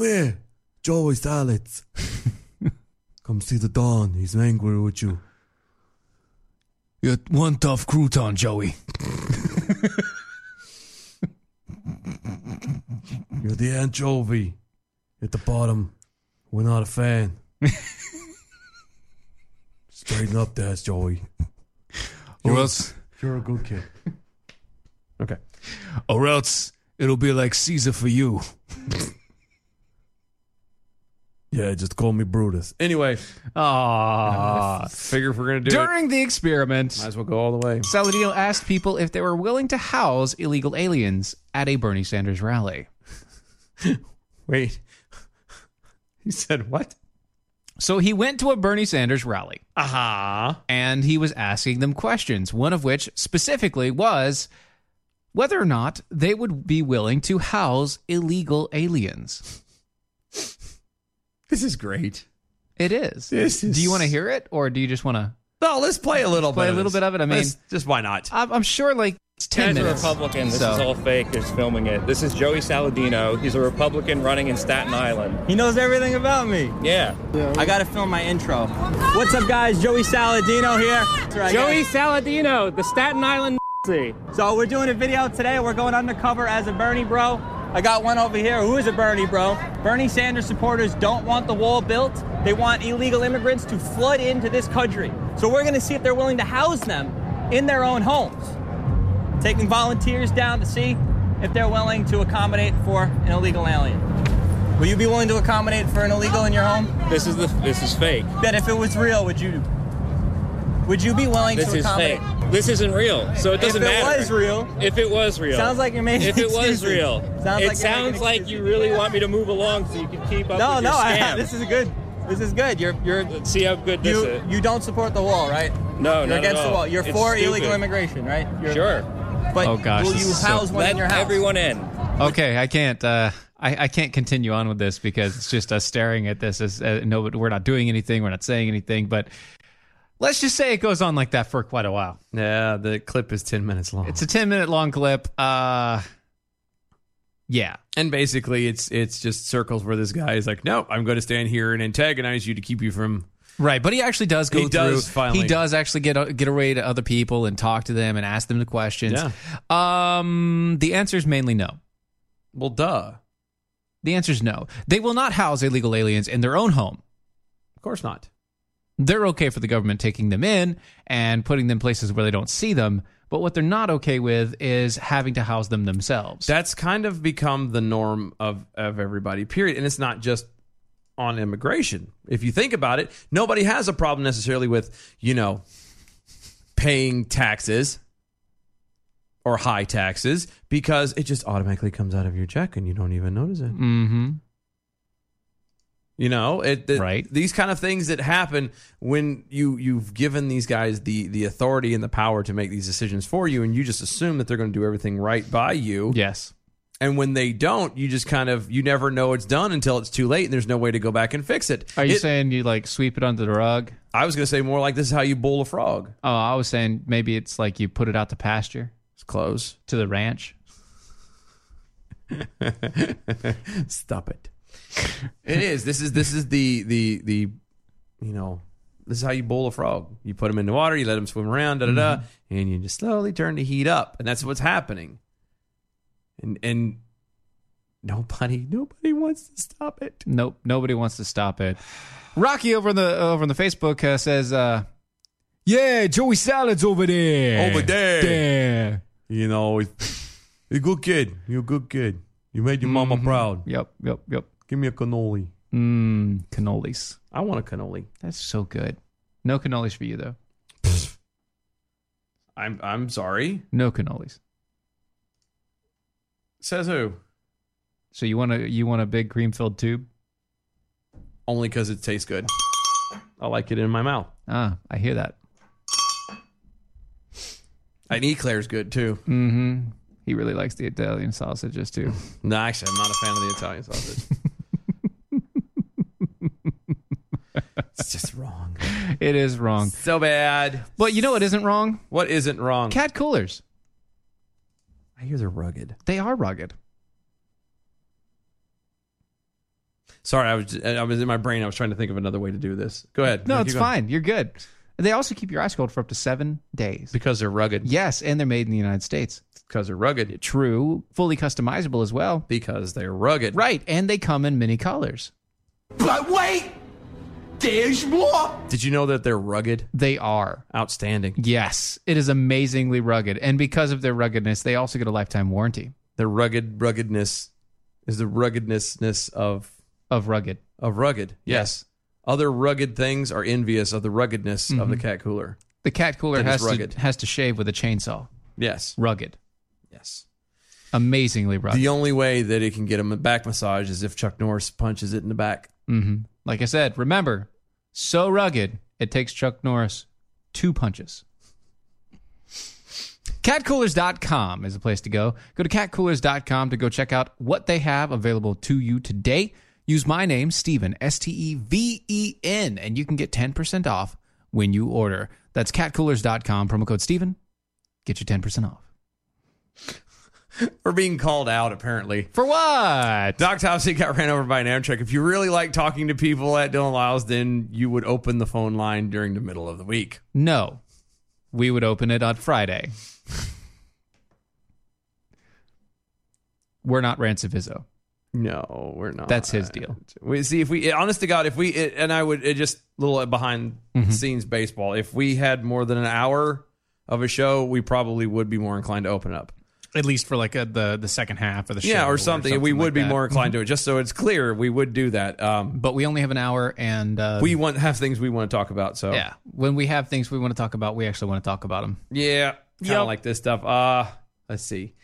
here, Joey
<laughs>
Salads. Come see the Don. He's angry with you. You're one tough crouton, Joey. You're the anchovy at the bottom. We're not a <laughs> fan. Straighten up, there, Joey.
Or else-
You're a good kid.
Okay.
Or else it'll be like Caesar for you. yeah, just call me Brutus.
Anyway,
Ah,
Aww.
figure if we're gonna do
During
it,
the experiment,
might as well go all the way.
Saladino asked people if they were willing to house illegal aliens at a Bernie Sanders rally.
Wait. <laughs> He said what?
So he went to a Bernie Sanders rally.
Aha. Uh-huh.
And he was asking them questions, one of which specifically was whether or not they would be willing to house illegal aliens.
This is great.
It is.
This is-
Do you want to hear it or do you just want to?
No, let's play a little
Play
bit.
a little bit of it, I mean-
Let's- just why not?
I'm I'm sure like it's 10
He's a
minutes.
Republican. This
So-
is all fake. They're just filming it. This is Joey Saladino. He's a Republican running in Staten Island. He knows everything about me. Yeah. I got to film my intro. What's up, guys? Joey Saladino here.
Joey
Saladino, the Staten Island So we're doing a video today. We're going undercover as a Bernie bro. I got one over here. Who is a Bernie bro? Bernie Sanders supporters don't want the wall built. They want illegal immigrants to flood into this country. So we're going to see if they're willing to house them in their own homes taking volunteers down to see if they're willing to accommodate for an illegal alien. Will you be willing to accommodate for an illegal in your home? This is the this is fake. That if it was real, would you would you be willing
This
to
is
accommodate?
fake. This isn't real, so it doesn't
if
matter.
If it was real,
If it was real.
Sounds like you're making
If it was
excuses.
real.
Sounds
it
like you're
sounds
making
like you really want me to move along so you can keep up
no,
with
no,
your
<laughs> I,
scam.
this is good. This is good. You're you're. Let's
see how good this
you,
is.
You don't support the wall, right?
No,
you're
not at
against
all.
the wall. You're
It's
for
stupid.
illegal immigration, right? You're,
Sure.
But
Oh, gosh,
will
this
you
is so-
house one
Let
in your house?
everyone in.
Okay, I can't. Uh, I, I can't continue on with this because it's just us staring at this. As uh, no, we're not doing anything. We're not saying anything. But let's just say it goes on like that for quite a while.
Yeah, the clip is ten minutes long.
It's a ten minute long clip. Uh, yeah.
And basically, it's it's just circles where this guy is like, "Nope, I'm going to stand here and antagonize you to keep you from."
Right, but he actually does go
He does
through.
finally.
He does actually get get away to other people and talk to them and ask them the questions. Um, the answer is mainly no.
Well, duh.
The answer is no. They will not house illegal aliens in their own home.
Of course not.
They're okay for the government taking them in and putting them places where they don't see them, But what they're not okay with is having to house them themselves.
That's kind of become the norm of of everybody. Period. And it's not just on immigration. If you think about it, nobody has a problem necessarily with, you know, paying taxes or high taxes because it just automatically comes out of your check and you don't even notice it.
Mm-hmm.
You know, it, the, These kind of things that happen when you you've given these guys the the authority and the power to make these decisions for you, and you just assume that they're going to do everything right by you.
Yes.
And when they don't, you just kind of you never know it's done until it's too late, and there's no way to go back and fix it.
Are you
It-
saying you like sweep it under the rug?
I was going to say more like this is how you bowl a frog.
Oh, I was saying maybe it's like you put it out to pasture.
It's close
to the ranch.
Stop it. <laughs> It is. This is this is the the the you know this is how you bowl a frog. You put them in the water, you let them swim around, da da da, and you just slowly turn the heat up, and that's what's happening. And and nobody nobody wants to stop it.
Nope, nobody wants to stop it. Rocky over on the over on the Facebook uh, says, uh, "Yeah, Joey Salad's over there,
Over there.
there."
You know, you're a good kid. You're a good kid. You made your mama proud.
Yep, yep, yep.
Give me a cannoli.
Mmm, cannolis.
I want a cannoli.
That's so good. No cannolis for you though.
I'm I'm sorry.
No cannolis.
Says who?
So you want a you want a big cream filled tube?
Only because it tastes good. I like it in my mouth.
Ah, I hear that.
And eclair's good too.
Mm-hmm. He really likes the Italian sausages too.
No, actually, I'm not a fan of the Italian sausage. <laughs> it's just wrong.
it is wrong.
So bad.
But you know what isn't wrong?
What isn't wrong?
Cat coolers.
I hear they're rugged.
They are rugged.
Sorry, I was I was in my brain. I was trying to think of another way to do this. Go ahead.
No,
Keep
it's
going.
fine. You're good. They also keep your ice cold for up to seven days.
because they're rugged.
Yes, and they're made in the United States.
Because they're rugged.
True, fully customizable as well.
Because they're rugged.
Right, and they come in many colors.
But wait, there's more.
Did you know that they're rugged?
They are.
Outstanding.
Yes, it is amazingly rugged. And because of their ruggedness, they also get a lifetime warranty
The rugged ruggedness is the ruggednessness of
of rugged.
of rugged. Yes. Other rugged things are envious of the ruggedness of the cat cooler.
The cat cooler
That is
has
rugged.
to, has to shave with a chainsaw.
Yes.
Rugged.
Yes.
Amazingly rugged.
The only way that it can get him a back massage is if Chuck Norris punches it in the back.
hmm Like I said, remember, so rugged, it takes Chuck Norris two punches. Catcoolers.com is a place to go. Go to catcoolers.com to go check out what they have available to you today. Use my name, Steven, S T E V E N, and you can get 10% off when you order. That's catcoolers.com, promo code Steven. Get your 10% off.
We're being called out, apparently.
For what?
Doc Topsy got ran over by an Amtrak. If you really like talking to people at Dylan Lyles, then you would open the phone line during the middle of the week.
No, we would open it on Friday. We're not Rancivizo.
No, we're not.
That's his deal.
We see if we, honest to God, if we, it, and I would it just little behind
Mm-hmm.
the scenes baseball. If we had more than an hour of a show, we probably would be more inclined to open up.
At least for like a, the the second half of the show.
yeah, or something. we would be more
Mm-hmm.
inclined to it, just so it's clear. We would do that. Um,
But we only have an hour, and uh,
we want have things we want to talk about. So
yeah, when we have things we want to talk about, we actually want to talk about them.
yeah, kind of
Yep.
like this stuff. Uh, let's see.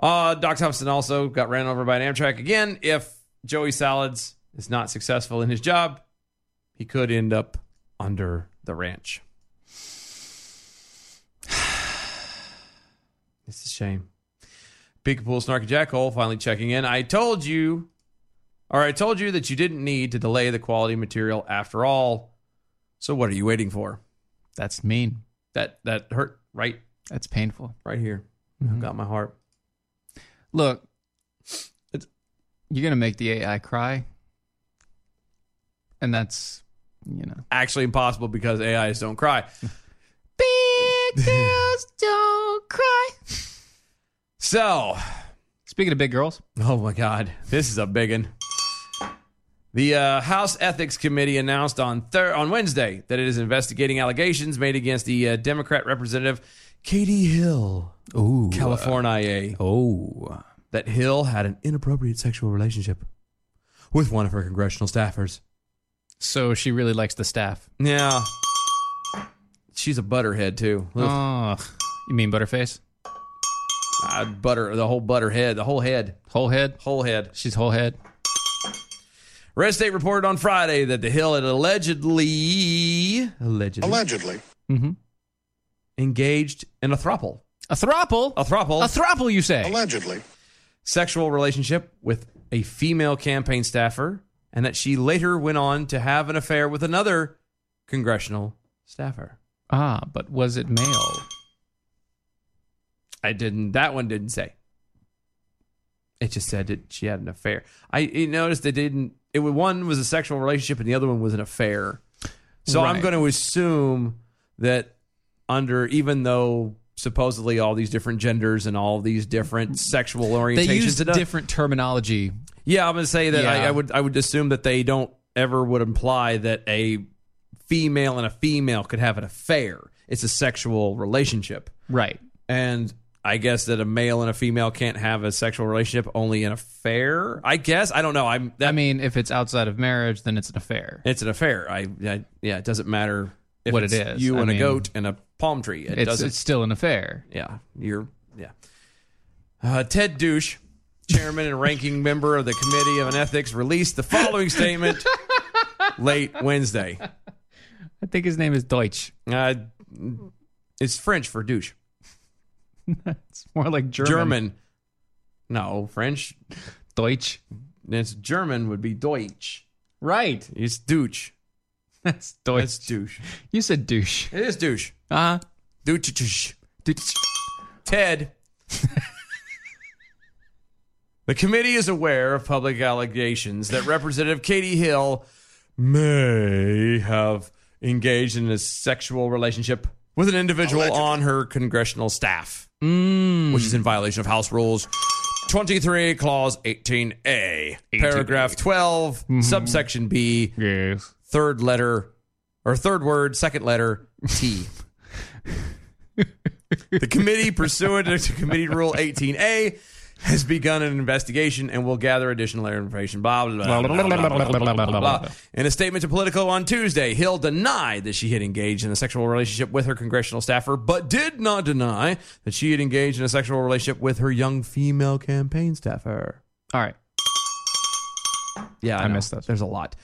Uh, Doc Thompson also got ran over by an Amtrak again. If Joey Salads is not successful in his job, he could end up under the ranch. <sighs> It's a shame. Big Pool Snarky Jackhole finally checking in. I told you, or I told you that you didn't need to delay the quality material after all. So what are you waiting for?
That's mean.
That that hurt right
That's painful.
right here.
Mm-hmm.
Got my heart.
Look, it's, you're gonna make the AI cry, and that's you know
Actually impossible because AIs don't cry. <laughs>
big girls don't cry.
So,
Speaking of big girls,
oh my God, this is a big one. The uh, House Ethics Committee announced on thir- on Wednesday that it is investigating allegations made against the uh, Democrat Representative
Katie Hill.
Ooh. uh,
California.
Oh.
That Hill had an inappropriate sexual relationship with one of her congressional staffers.
So she really likes the staff.
Yeah. She's a butterhead, too. Ugh.
Oh, you mean Butterface?
Ah, butter, the whole butter head, the whole head.
Whole head?
Whole head.
She's whole head.
Red State reported on Friday that the Hill had allegedly, allegedly,
Allegedly.
Mm-hmm.
engaged in a throuple,
A throuple?
a throuple,
A throuple, you say?
Allegedly.
sexual relationship with a female campaign staffer, and that she later went on to have an affair with another congressional staffer.
Ah, but was it male?
I didn't. That one didn't say. It just said that she had an affair. I you noticed they didn't. It was one was a sexual relationship and the other one was an affair. So I'm
Right.
going to assume that under even though supposedly all these different genders and all these different sexual orientations,
They used
and-
different terminology.
yeah, I'm going to say that I,
Yeah.
I would I would assume that they don't ever would imply that a female and a female could have an affair. It's a sexual relationship.
Right.
And I guess that a male and a female can't have a sexual relationship, only an affair. I guess I don't know. I'm. That,
I mean, if it's outside of marriage, then it's an affair.
it's an affair. I, I yeah. It doesn't matter if
What
it's
it is.
You
I
and a
mean,
goat and a palm tree. It
it's,
doesn't.
it's still an affair.
yeah. You're yeah. Uh, Ted Douche, chairman and ranking member of the committee of an ethics, released the
<laughs>
following statement late Wednesday.
I think his name is Deutsch.
Uh, it's French for douche.
It's more like German.
German. No, French.
Deutsch. <laughs>
It's German would be Deutsch.
Right.
It's douche.
That's Deutsch.
It's douche.
You said douche.
It is douche.
Uh
Douche. douche. douche. Ted. <laughs> the committee is aware of public allegations that Representative Katie Hill may have engaged in a sexual relationship with an individual on her congressional staff, which is in violation of House Rules 23, Clause 18A, Paragraph 12, Subsection B,
<laughs> Yes.
third letter or third word, second letter T. the
<laughs>
committee, pursuant to Committee Rule 18A, has begun an investigation and will gather additional information. Blah, blah, blah, blah, blah, blah, blah, blah, blah, blah. In a statement to Politico on Tuesday, Hill denied that she had engaged in a sexual relationship with her congressional staffer, but did not deny that she had engaged in a sexual relationship with her young female campaign staffer.
All right.
Yeah, I,
I
know.
missed Mm-hmm. those.
There's a lot.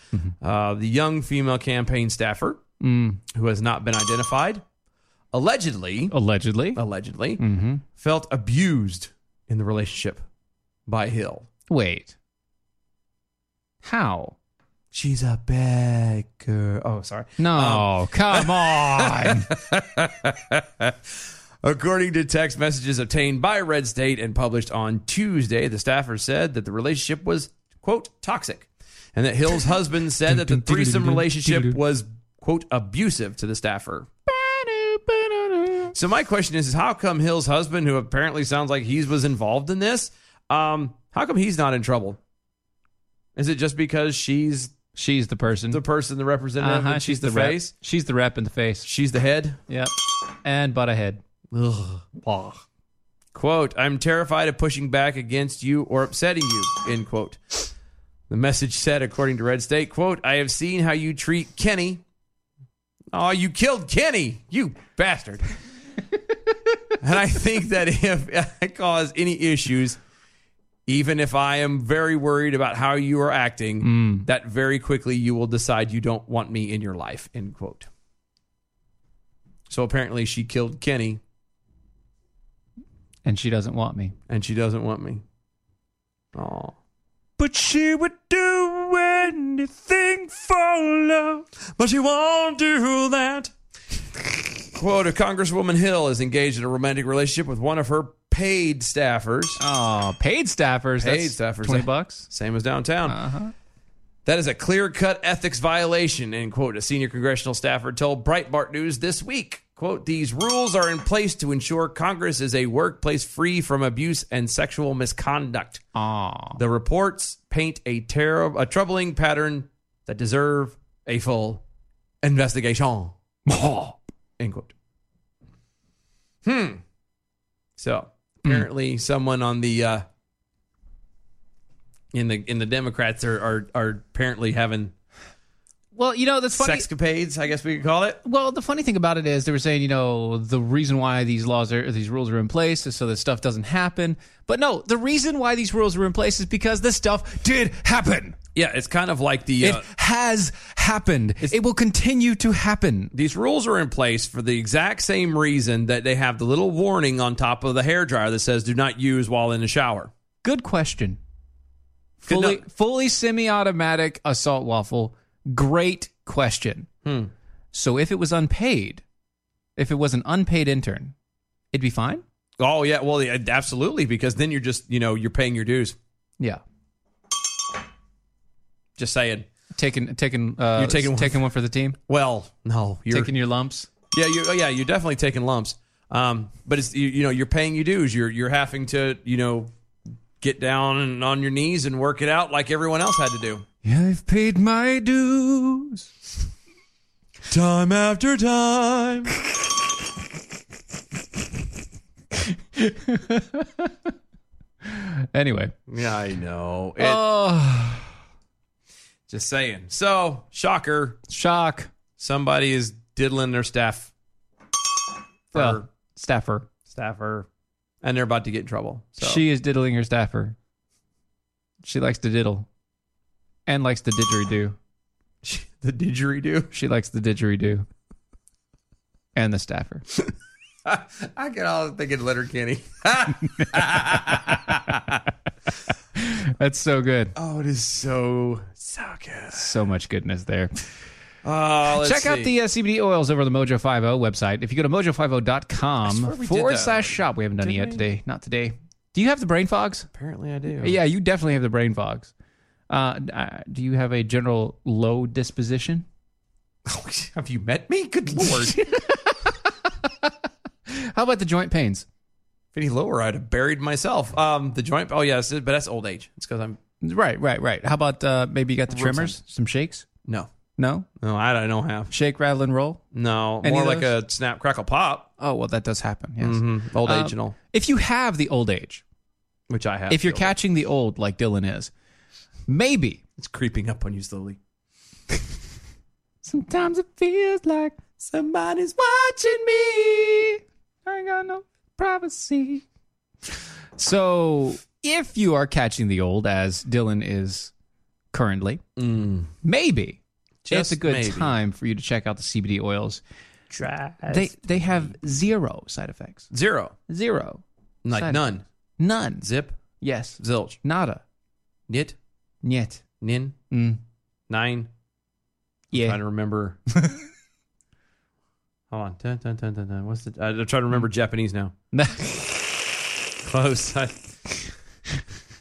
Uh, the young female campaign staffer,
Mm.
who has not been identified, allegedly,
Allegedly.
allegedly
Hmm.
Mm-hmm.
felt abused in the relationship by Hill.
Wait. How?
She's a bad girl. Oh, sorry. Um,
No, come on.
<laughs> According to text messages obtained by Red State and published on Tuesday, the staffer said that the relationship was, quote, toxic, and that Hill's husband said that the threesome relationship was, quote, abusive to the staffer. So my question is, is how come Hill's husband, who apparently sounds like he was involved in this, um, how come he's not in trouble? Is it just because she's
<laughs> She's the person.
the person, the representative,
Uh-huh,
and she's, the,
rep.
face,
She's the rep in the face.
she's the head?
Yep. And butt ahead.
Quote, I'm terrified of pushing back against you or upsetting you, end quote. The message said, according to Red State, quote, I have seen how you treat Kenny. Oh, you killed Kenny, you bastard. and I think that if I cause any issues, even if I am very worried about how you are acting, that very quickly you will decide you don't want me in your life, end quote. So apparently she killed Kenny
And she doesn't want me.
and she doesn't want me. Oh.
But she would do anything for love.
But she won't do that. Quote, a Congresswoman Hill is engaged in a romantic relationship with one of her paid staffers.
Oh, paid staffers.
paid
that's
staffers.
20 bucks.
Same as downtown.
Uh-huh.
That is a clear-cut ethics violation, end quote, a senior congressional staffer told Breitbart News this week. Quote, these rules are in place to ensure Congress is a workplace free from abuse and sexual misconduct.
Aw.
The reports paint a terrible, a troubling pattern that deserve
<laughs>
a full investigation. End quote. Hmm. So apparently, someone on the uh, in the in the Democrats are are, are apparently having
Well, you know, that's funny.
sexcapades. I guess we could call it.
Well, the funny thing about it is they were saying, you know, the reason why these laws are these rules are in place is so that stuff doesn't happen. But no, the reason why these rules are in place is because this stuff did happen.
Yeah, it's kind of like the uh,
It has happened. It will continue to happen.
these rules are in place for the exact same reason that they have the little warning on top of the hair dryer that says "Do not use while in the shower."
Good question.
Good
Fully fully semi-automatic assault waffle. Great question.
Hmm.
So if it was unpaid, if it was an unpaid intern, it'd be fine?
Oh yeah, well yeah, absolutely because then you're just you know you're paying your dues.
Yeah.
Just saying.
Taking taking uh
You're taking one-
taking one for the team?
Well, no, you're
taking your lumps.
Yeah, you oh, yeah, you're definitely taking lumps. Um, but it's you, you know you're paying your dues. You're you're having to you know get down and on your knees and work it out like everyone else had to do.
Yeah, I've paid my dues. Time after time.
<laughs> Anyway.
Yeah, I know. It-
Oh,
Just saying. So shocker,
shock.
Somebody is diddling their staff. For
Well, staffer.
staffer, and they're about to get in trouble. So. <laughs>
She is diddling her staffer. She likes to diddle and likes the didgeridoo.
the didgeridoo?
She likes the didgeridoo and the staffer. <laughs>
I get all thinking Letterkenny.
That's so good.
oh, it is so so good.
So much goodness there.
Uh, let's
Check out
see.
the uh, CBD oils over the Mojo 50 website. If you go to
I swear
mojo50.com
we did
forward
that
slash shop, we haven't done it yet
didn't
today. Not today. Do you have the brain fogs?
Apparently, I <laughs> do.
Yeah, you definitely have the brain fogs. Uh, uh, do you have a general low disposition?
Have you met me? <laughs> Good lord! if
How about the joint pains?
any lower, I'd have buried myself. Um, the joint. Oh yes, but that's old age. It's because I'm
Right, right, right. How about uh, maybe you got the tremors, some shakes?
no,
No,
no. I, I don't have
shake, rattle, and roll.
no.
Any
more
of
like a snap, crackle, pop.
Oh well, that does happen. Yes.
Mhm. Old
Uh,
age and all,
If you have the old age,
which I have.
if you're
still.
catching the old like Dylan is, maybe
it's creeping up on you slowly.
sometimes it feels like somebody's watching me. I ain't got no privacy. So if you are catching the old as Dylan is currently, maybe it's
Mm. Just
a good
maybe.
time for you to check out the CBD oils. They they have zero side effects.
Zero,
Zero.
like
Side-
none.
None.
Zip,
Yes.
zilch,
Nada.
nit,
Niet.
nin,
Mm.
nine.
Yeah.
Trying to <laughs> remember. Hold on. Dun, dun, dun, dun, dun. What's the? I'm trying to remember Japanese <laughs> now. Close. <laughs> I,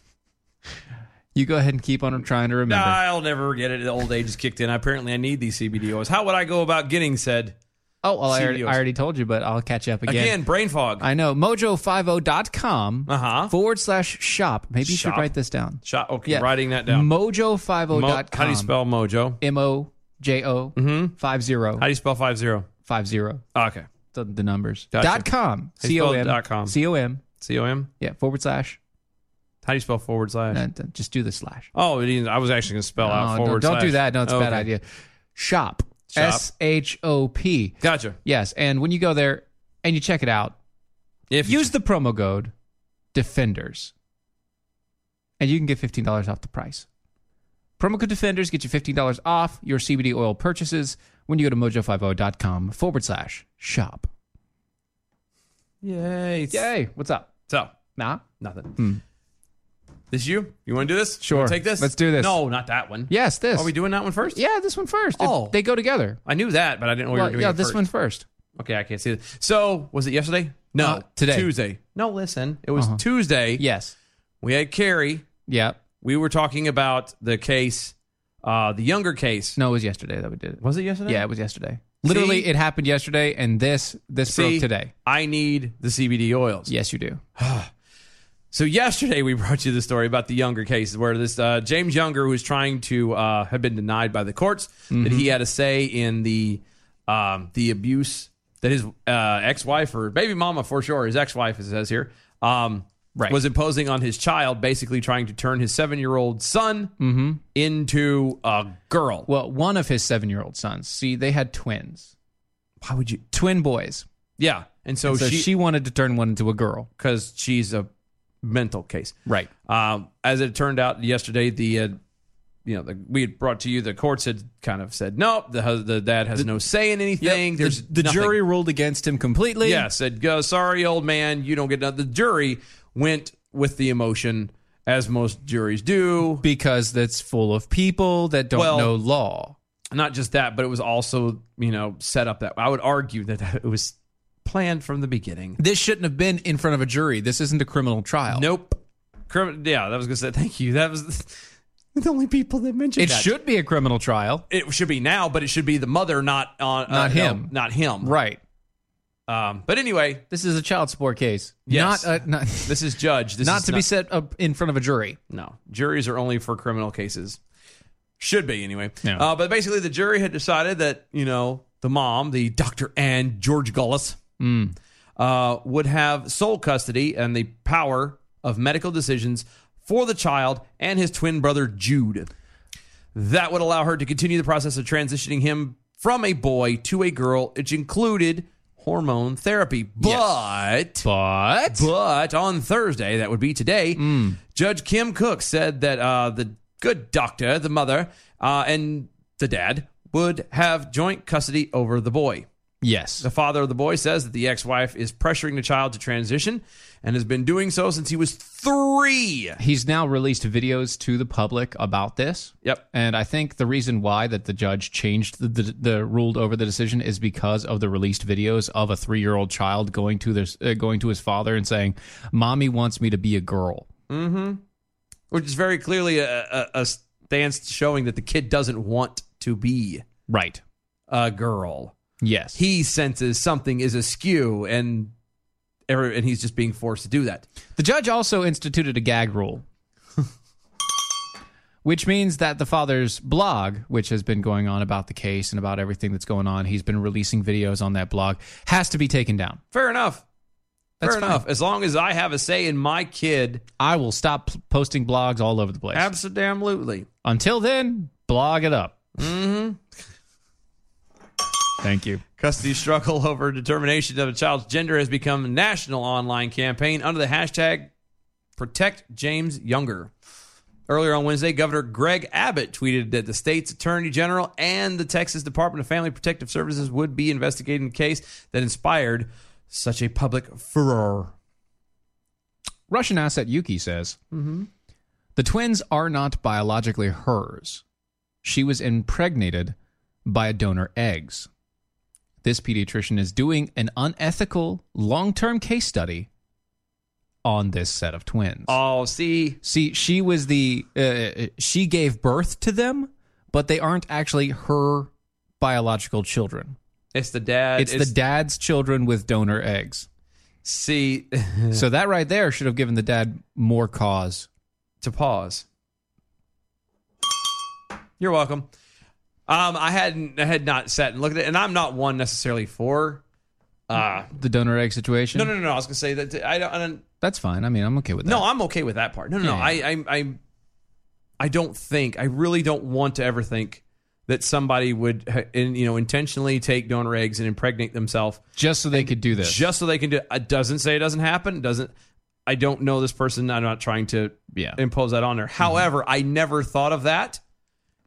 <laughs> you go ahead and keep on trying to remember.
I'll never get it. The old age is kicked in. Apparently, I need these CBD oils. How would I go about getting said?
oh, well, I already,
CBD
I already told you, but I'll catch you up again.
Again, brain fog.
I know. Mojo50.com
Uh-huh.
forward slash shop. Maybe you should
Shop.
write this down.
Shot. Okay,
Yeah.
writing that down.
Mojo50.com.
Mo- how do you spell mojo?
M O J O
Mhm.
50
How do you spell five zero?
50.
Okay.
The, the numbers.
Gotcha.
Dot com.
How do
C
you
O
spell
M.
dot com?
C O M.
C O M.
Yeah, forward slash.
How do you spell forward slash?
Uh, d- just do the slash.
Oh, it is- I was actually going to spell
No,
out forward.
don't, don't do
slash.
that. No, it's a bad
Okay.
idea. Shop.
Shop.
S H O P.
Gotcha.
Yes. And when you go there and you check it out,
If
use the promo code Defenders. And you can get $15 off the price. Promo code Defenders gets you $15 off your CBD oil purchases when you go to mojo50.com forward slash shop.
yay
Yay. What's up?
So
Nah.
nothing. This you? You want to do this? You
Sure.
wanna take this.
Let's do this.
No, not that one.
Yes, this.
Are Oh, we doing that one first?
Yeah, this one first. It-
Oh.
They go together.
I knew that, but I didn't know we
Well,
were doing
yeah,
it
this
first.
one first.
Okay, I can't see it. So was it yesterday? No,
Uh, today.
Tuesday. No, listen, it was
Uh-huh.
Tuesday.
Yes.
we had Carrie.
Yeah.
We were talking about the case, uh, the younger case.
No, it was yesterday that we did it.
Was it yesterday?
Yeah, it was yesterday. Literally,
See?
it happened yesterday, and this this
See,
broke today.
I need the CBD oils.
Yes, you do.
So yesterday we brought you the story about the Younger case, where this uh, James Younger was trying to uh,
Mm-hmm.
have been denied by the courts that he had a say in the um, the abuse that his uh, ex-wife or baby mama for sure, his ex-wife it says here, um,
Right.
was imposing on his child, basically trying to turn his seven-year-old son
Mhm.
into a girl.
Well, one of his seven year old sons. See, they had twins.
Why would you?
Twin boys.
Yeah, and so,
And so
she,
Oh, she wanted to turn one into a girl.
because she's a mental case.
Right.
Um, as it turned out yesterday, the uh, you know the, we had brought to you the courts had kind of said no, the hus- the dad has no say in anything. There's
the
nothing.
jury ruled against him completely.
Yeah, said go sorry, old man, you don't get nothing. The jury went with the emotion as most juries do.
Because that's full of people that don't
Well-
know law.
Not just that, but it was also you know set up that I would argue that it was planned from the beginning.
This shouldn't have been in front of a jury. This isn't a criminal trial.
Nope. Crim- yeah, that was gonna say thank you. That was <laughs> the only people that mentioned
It
that.
should be a criminal trial.
it should be now, but it should be the mother, not on uh,
Not
no,
him.
not him.
Right.
Um, but anyway,
This is a child support case.
Yes.
Not, a, not,
this is judge. This
not
is
to be set up in front of a jury.
No, juries are only for criminal cases. Should be anyway.
Yeah.
Uh, but basically, the jury had decided that you know the mom, the Dr. Ann George Gullis, uh, would have sole custody and the power of medical decisions for the child and his twin brother Jude. That would allow her to continue the process of transitioning him from a boy to a girl, which included hormone therapy. But,
but,
but on Thursday, that would be today, Judge Kim Cook said that uh, the good doctor, the mother, uh, and the dad would have joint custody over the boy.
Yes.
The father of the boy says that the ex wife is pressuring the child to transition and has been doing so since he was three.
He's now released videos to the public about this.
Yep.
And I think the reason why that the judge changed the, the, the ruled over the decision is because of the released videos of a three year old child going to their uh, going to his father and saying, "Mommy wants me to be a girl."
Mm-hmm. Which is very clearly a, a, a stance showing that the kid doesn't want to be
Right.
a girl.
Yes.
He senses something is askew, and every- and he's just being forced to do that.
The judge also instituted a gag rule, <laughs> which means that the father's blog, which has been going on about the case and about everything that's going on, he's been releasing videos on that blog, has to be taken down.
Fair enough.
That's
Fair
fine.
enough. As long as I have a say in my kid,
I will stop p- posting blogs all over the place.
absolutely.
Until then, blog it up.
Mm-hmm.
<laughs> Thank you.
Custody struggle <laughs> over determination of a child's gender has become a national online campaign under the hashtag Protect James Younger. Earlier on Wednesday, Governor Greg Abbott tweeted that the state's attorney general and the Texas Department of Family Protective Services would be investigating the case that inspired such a public furor.
Russian asset Yuki says
Mm-hmm.
the twins are not biologically hers. She was impregnated by donor eggs. This pediatrician is doing an unethical long term case study on this set of twins.
Oh, see,
See, she was the, uh, she gave birth to them, but they aren't actually her biological children.
it's the dad.
It's, the dad's children with donor eggs.
See,
So that right there should have given the dad more cause.
to pause. You're welcome. Um, I hadn't I had not sat and looked at it, and I'm not one necessarily for. Uh,
The donor egg situation.
no, no, no, no. I was gonna say that I don't. I don't
That's fine. I mean, I'm okay with that.
no, I'm okay with that part. No, no, no.
Yeah.
I, I, I, I don't think. I really don't want to ever think that somebody would, ha- in, you know, intentionally take donor eggs and impregnate themselves
just so they could do this.
just so they can do. It doesn't say it doesn't happen. It doesn't. I don't know this person. I'm not trying to
Yeah.
impose that on her. However, I never thought of that,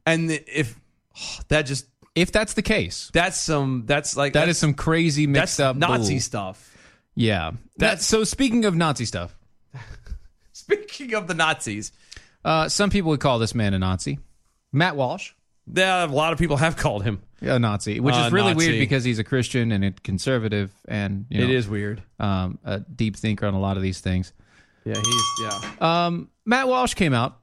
and the- if <sighs> that just
if that's the case,
that's some that's like
that is some crazy mixed
that's
up
Nazi
bull.
stuff. <laughs>
Yeah. That, so speaking of Nazi stuff,
Speaking of the Nazis,
uh, some people would call this man a Nazi. Matt Walsh,
there, a lot of people have called him.
a Nazi, which
Uh,
is really
Nazi.
weird because he's a Christian and a conservative and you know,
It is weird.
um, a deep thinker on a lot of these things.
Yeah, he's yeah.
Um, Matt Walsh came out,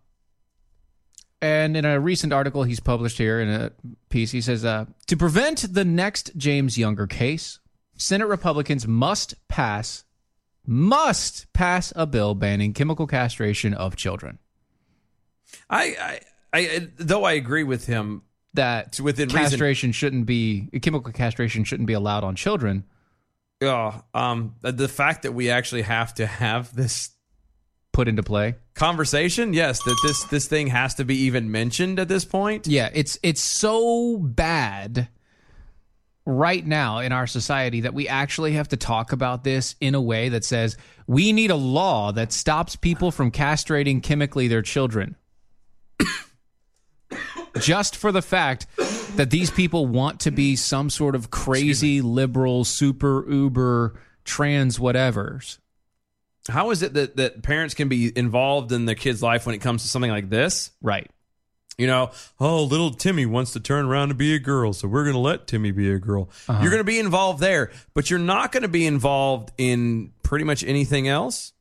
and in a recent article he's published here in a piece, he says uh, to prevent the next James Younger case, Senate Republicans must pass must pass a bill banning chemical castration of children.
I, I, I, though I agree with him.
That
It's within reason.
castration shouldn't be chemical castration shouldn't be allowed on children.
yeah, um, the- the fact that we actually have to have this
put into play
conversation, yes, that this this thing has to be even mentioned at this point.
Yeah, it's it's so bad right now in our society that we actually have to talk about this in a way that says we need a law that stops people from castrating chemically their children. Just for the fact that these people want to be some sort of crazy liberal, super uber, trans whatevers.
How is it that that parents can be involved in their kid's life when it comes to something like this?
Right.
You know, oh, little Timmy wants to turn around and be a girl, so we're going to let Timmy be a girl.
Uh-huh.
You're going to be involved there, but you're not going to be involved in pretty much anything else.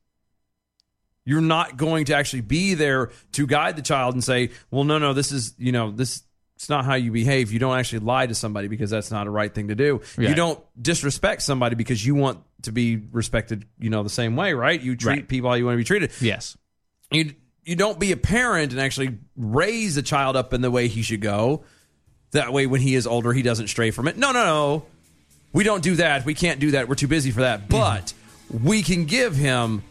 You're not going to actually be there to guide the child and say, well, no, no, this is, you know, this it's not how you behave. You don't actually lie to somebody because that's not a right thing to do. You
Right.
don't disrespect somebody because you want to be respected, you know, the same way, right? You treat
Right.
people how you want to be treated.
Yes.
You you don't be a parent and actually raise a child up in the way he should go. That way when he is older, he doesn't stray from it. No, no, no. We don't do that. We can't do that. We're too busy for
Mm-hmm.
that. But we can give him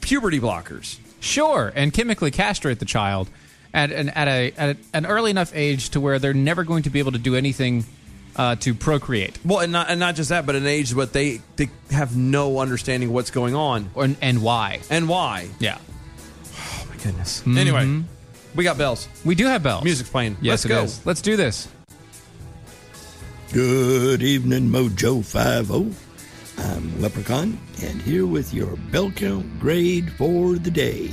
puberty blockers.
Sure, and chemically castrate the child at an at a at an early enough age to where they're never going to be able to do anything uh, to procreate.
Well, and not and not just that, but an age what they they have no understanding what's going on
and and why
and why.
Yeah.
Oh my goodness.
Mm-hmm.
Anyway, we got bells.
We do have bells.
Music's playing.
Yes,
Let's
it
go.
is. Let's do this.
Good evening, Mojo 50. I'm Leprechaun, and here with your bell count grade for the day.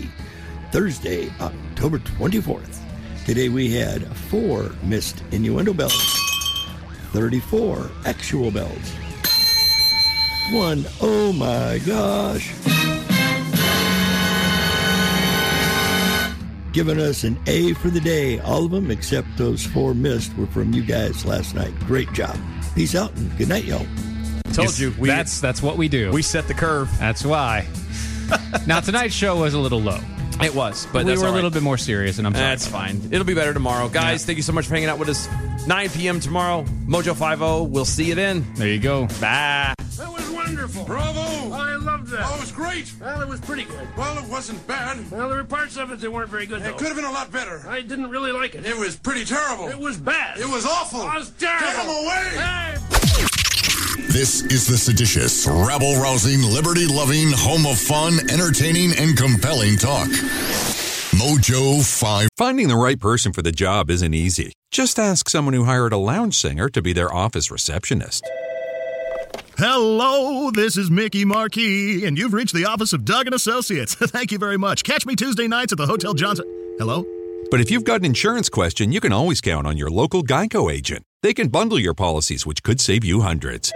Thursday, October 24th. Today we had four missed innuendo bells, 34 actual bells, one oh my gosh, giving us an A for the day. All of them except those four missed were from you guys last night. Great job. Peace out and good night, y'all.
Yes, that's that's what we do. We
set the curve.
That's
<laughs>
why. now tonight's show was a little low.
It was, but
we
that's
were
all
a little
right.
bit more serious, and I'm sorry.
That's fine. It'll be better tomorrow. Guys, thank you so much for hanging out with us. 9 p.m. tomorrow, Mojo 50. We'll see you then.
There you go.
Bye.
That was wonderful. Bravo. I loved that. Oh, it was great. Well, it was pretty good. Well, it wasn't bad. Well, there were parts of it that weren't very good. It could have been a lot better. I didn't really like it. It was pretty terrible. It was bad. It was awful. It was terrible. Get him away.
This is the seditious, rabble rousing, liberty loving, home of fun, entertaining, and compelling talk.
Mojo 5. Finding the right person for the job isn't easy. Just ask someone who hired a lounge singer to be their office receptionist.
Hello, this is Mickey Marquis, and you've reached the office of Doug and Associates. <laughs> Thank you very much. Catch me Tuesday nights at the Hotel Johnson. Hello?
But if you've got an insurance question, you can always count on your local Geico agent. They can bundle your policies, which could save you hundreds.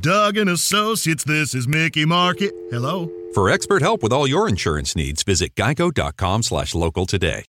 Doug and Associates, this is Mickey Marquis. Hello?
For expert help with all your insurance needs, visit geico.com slash local today.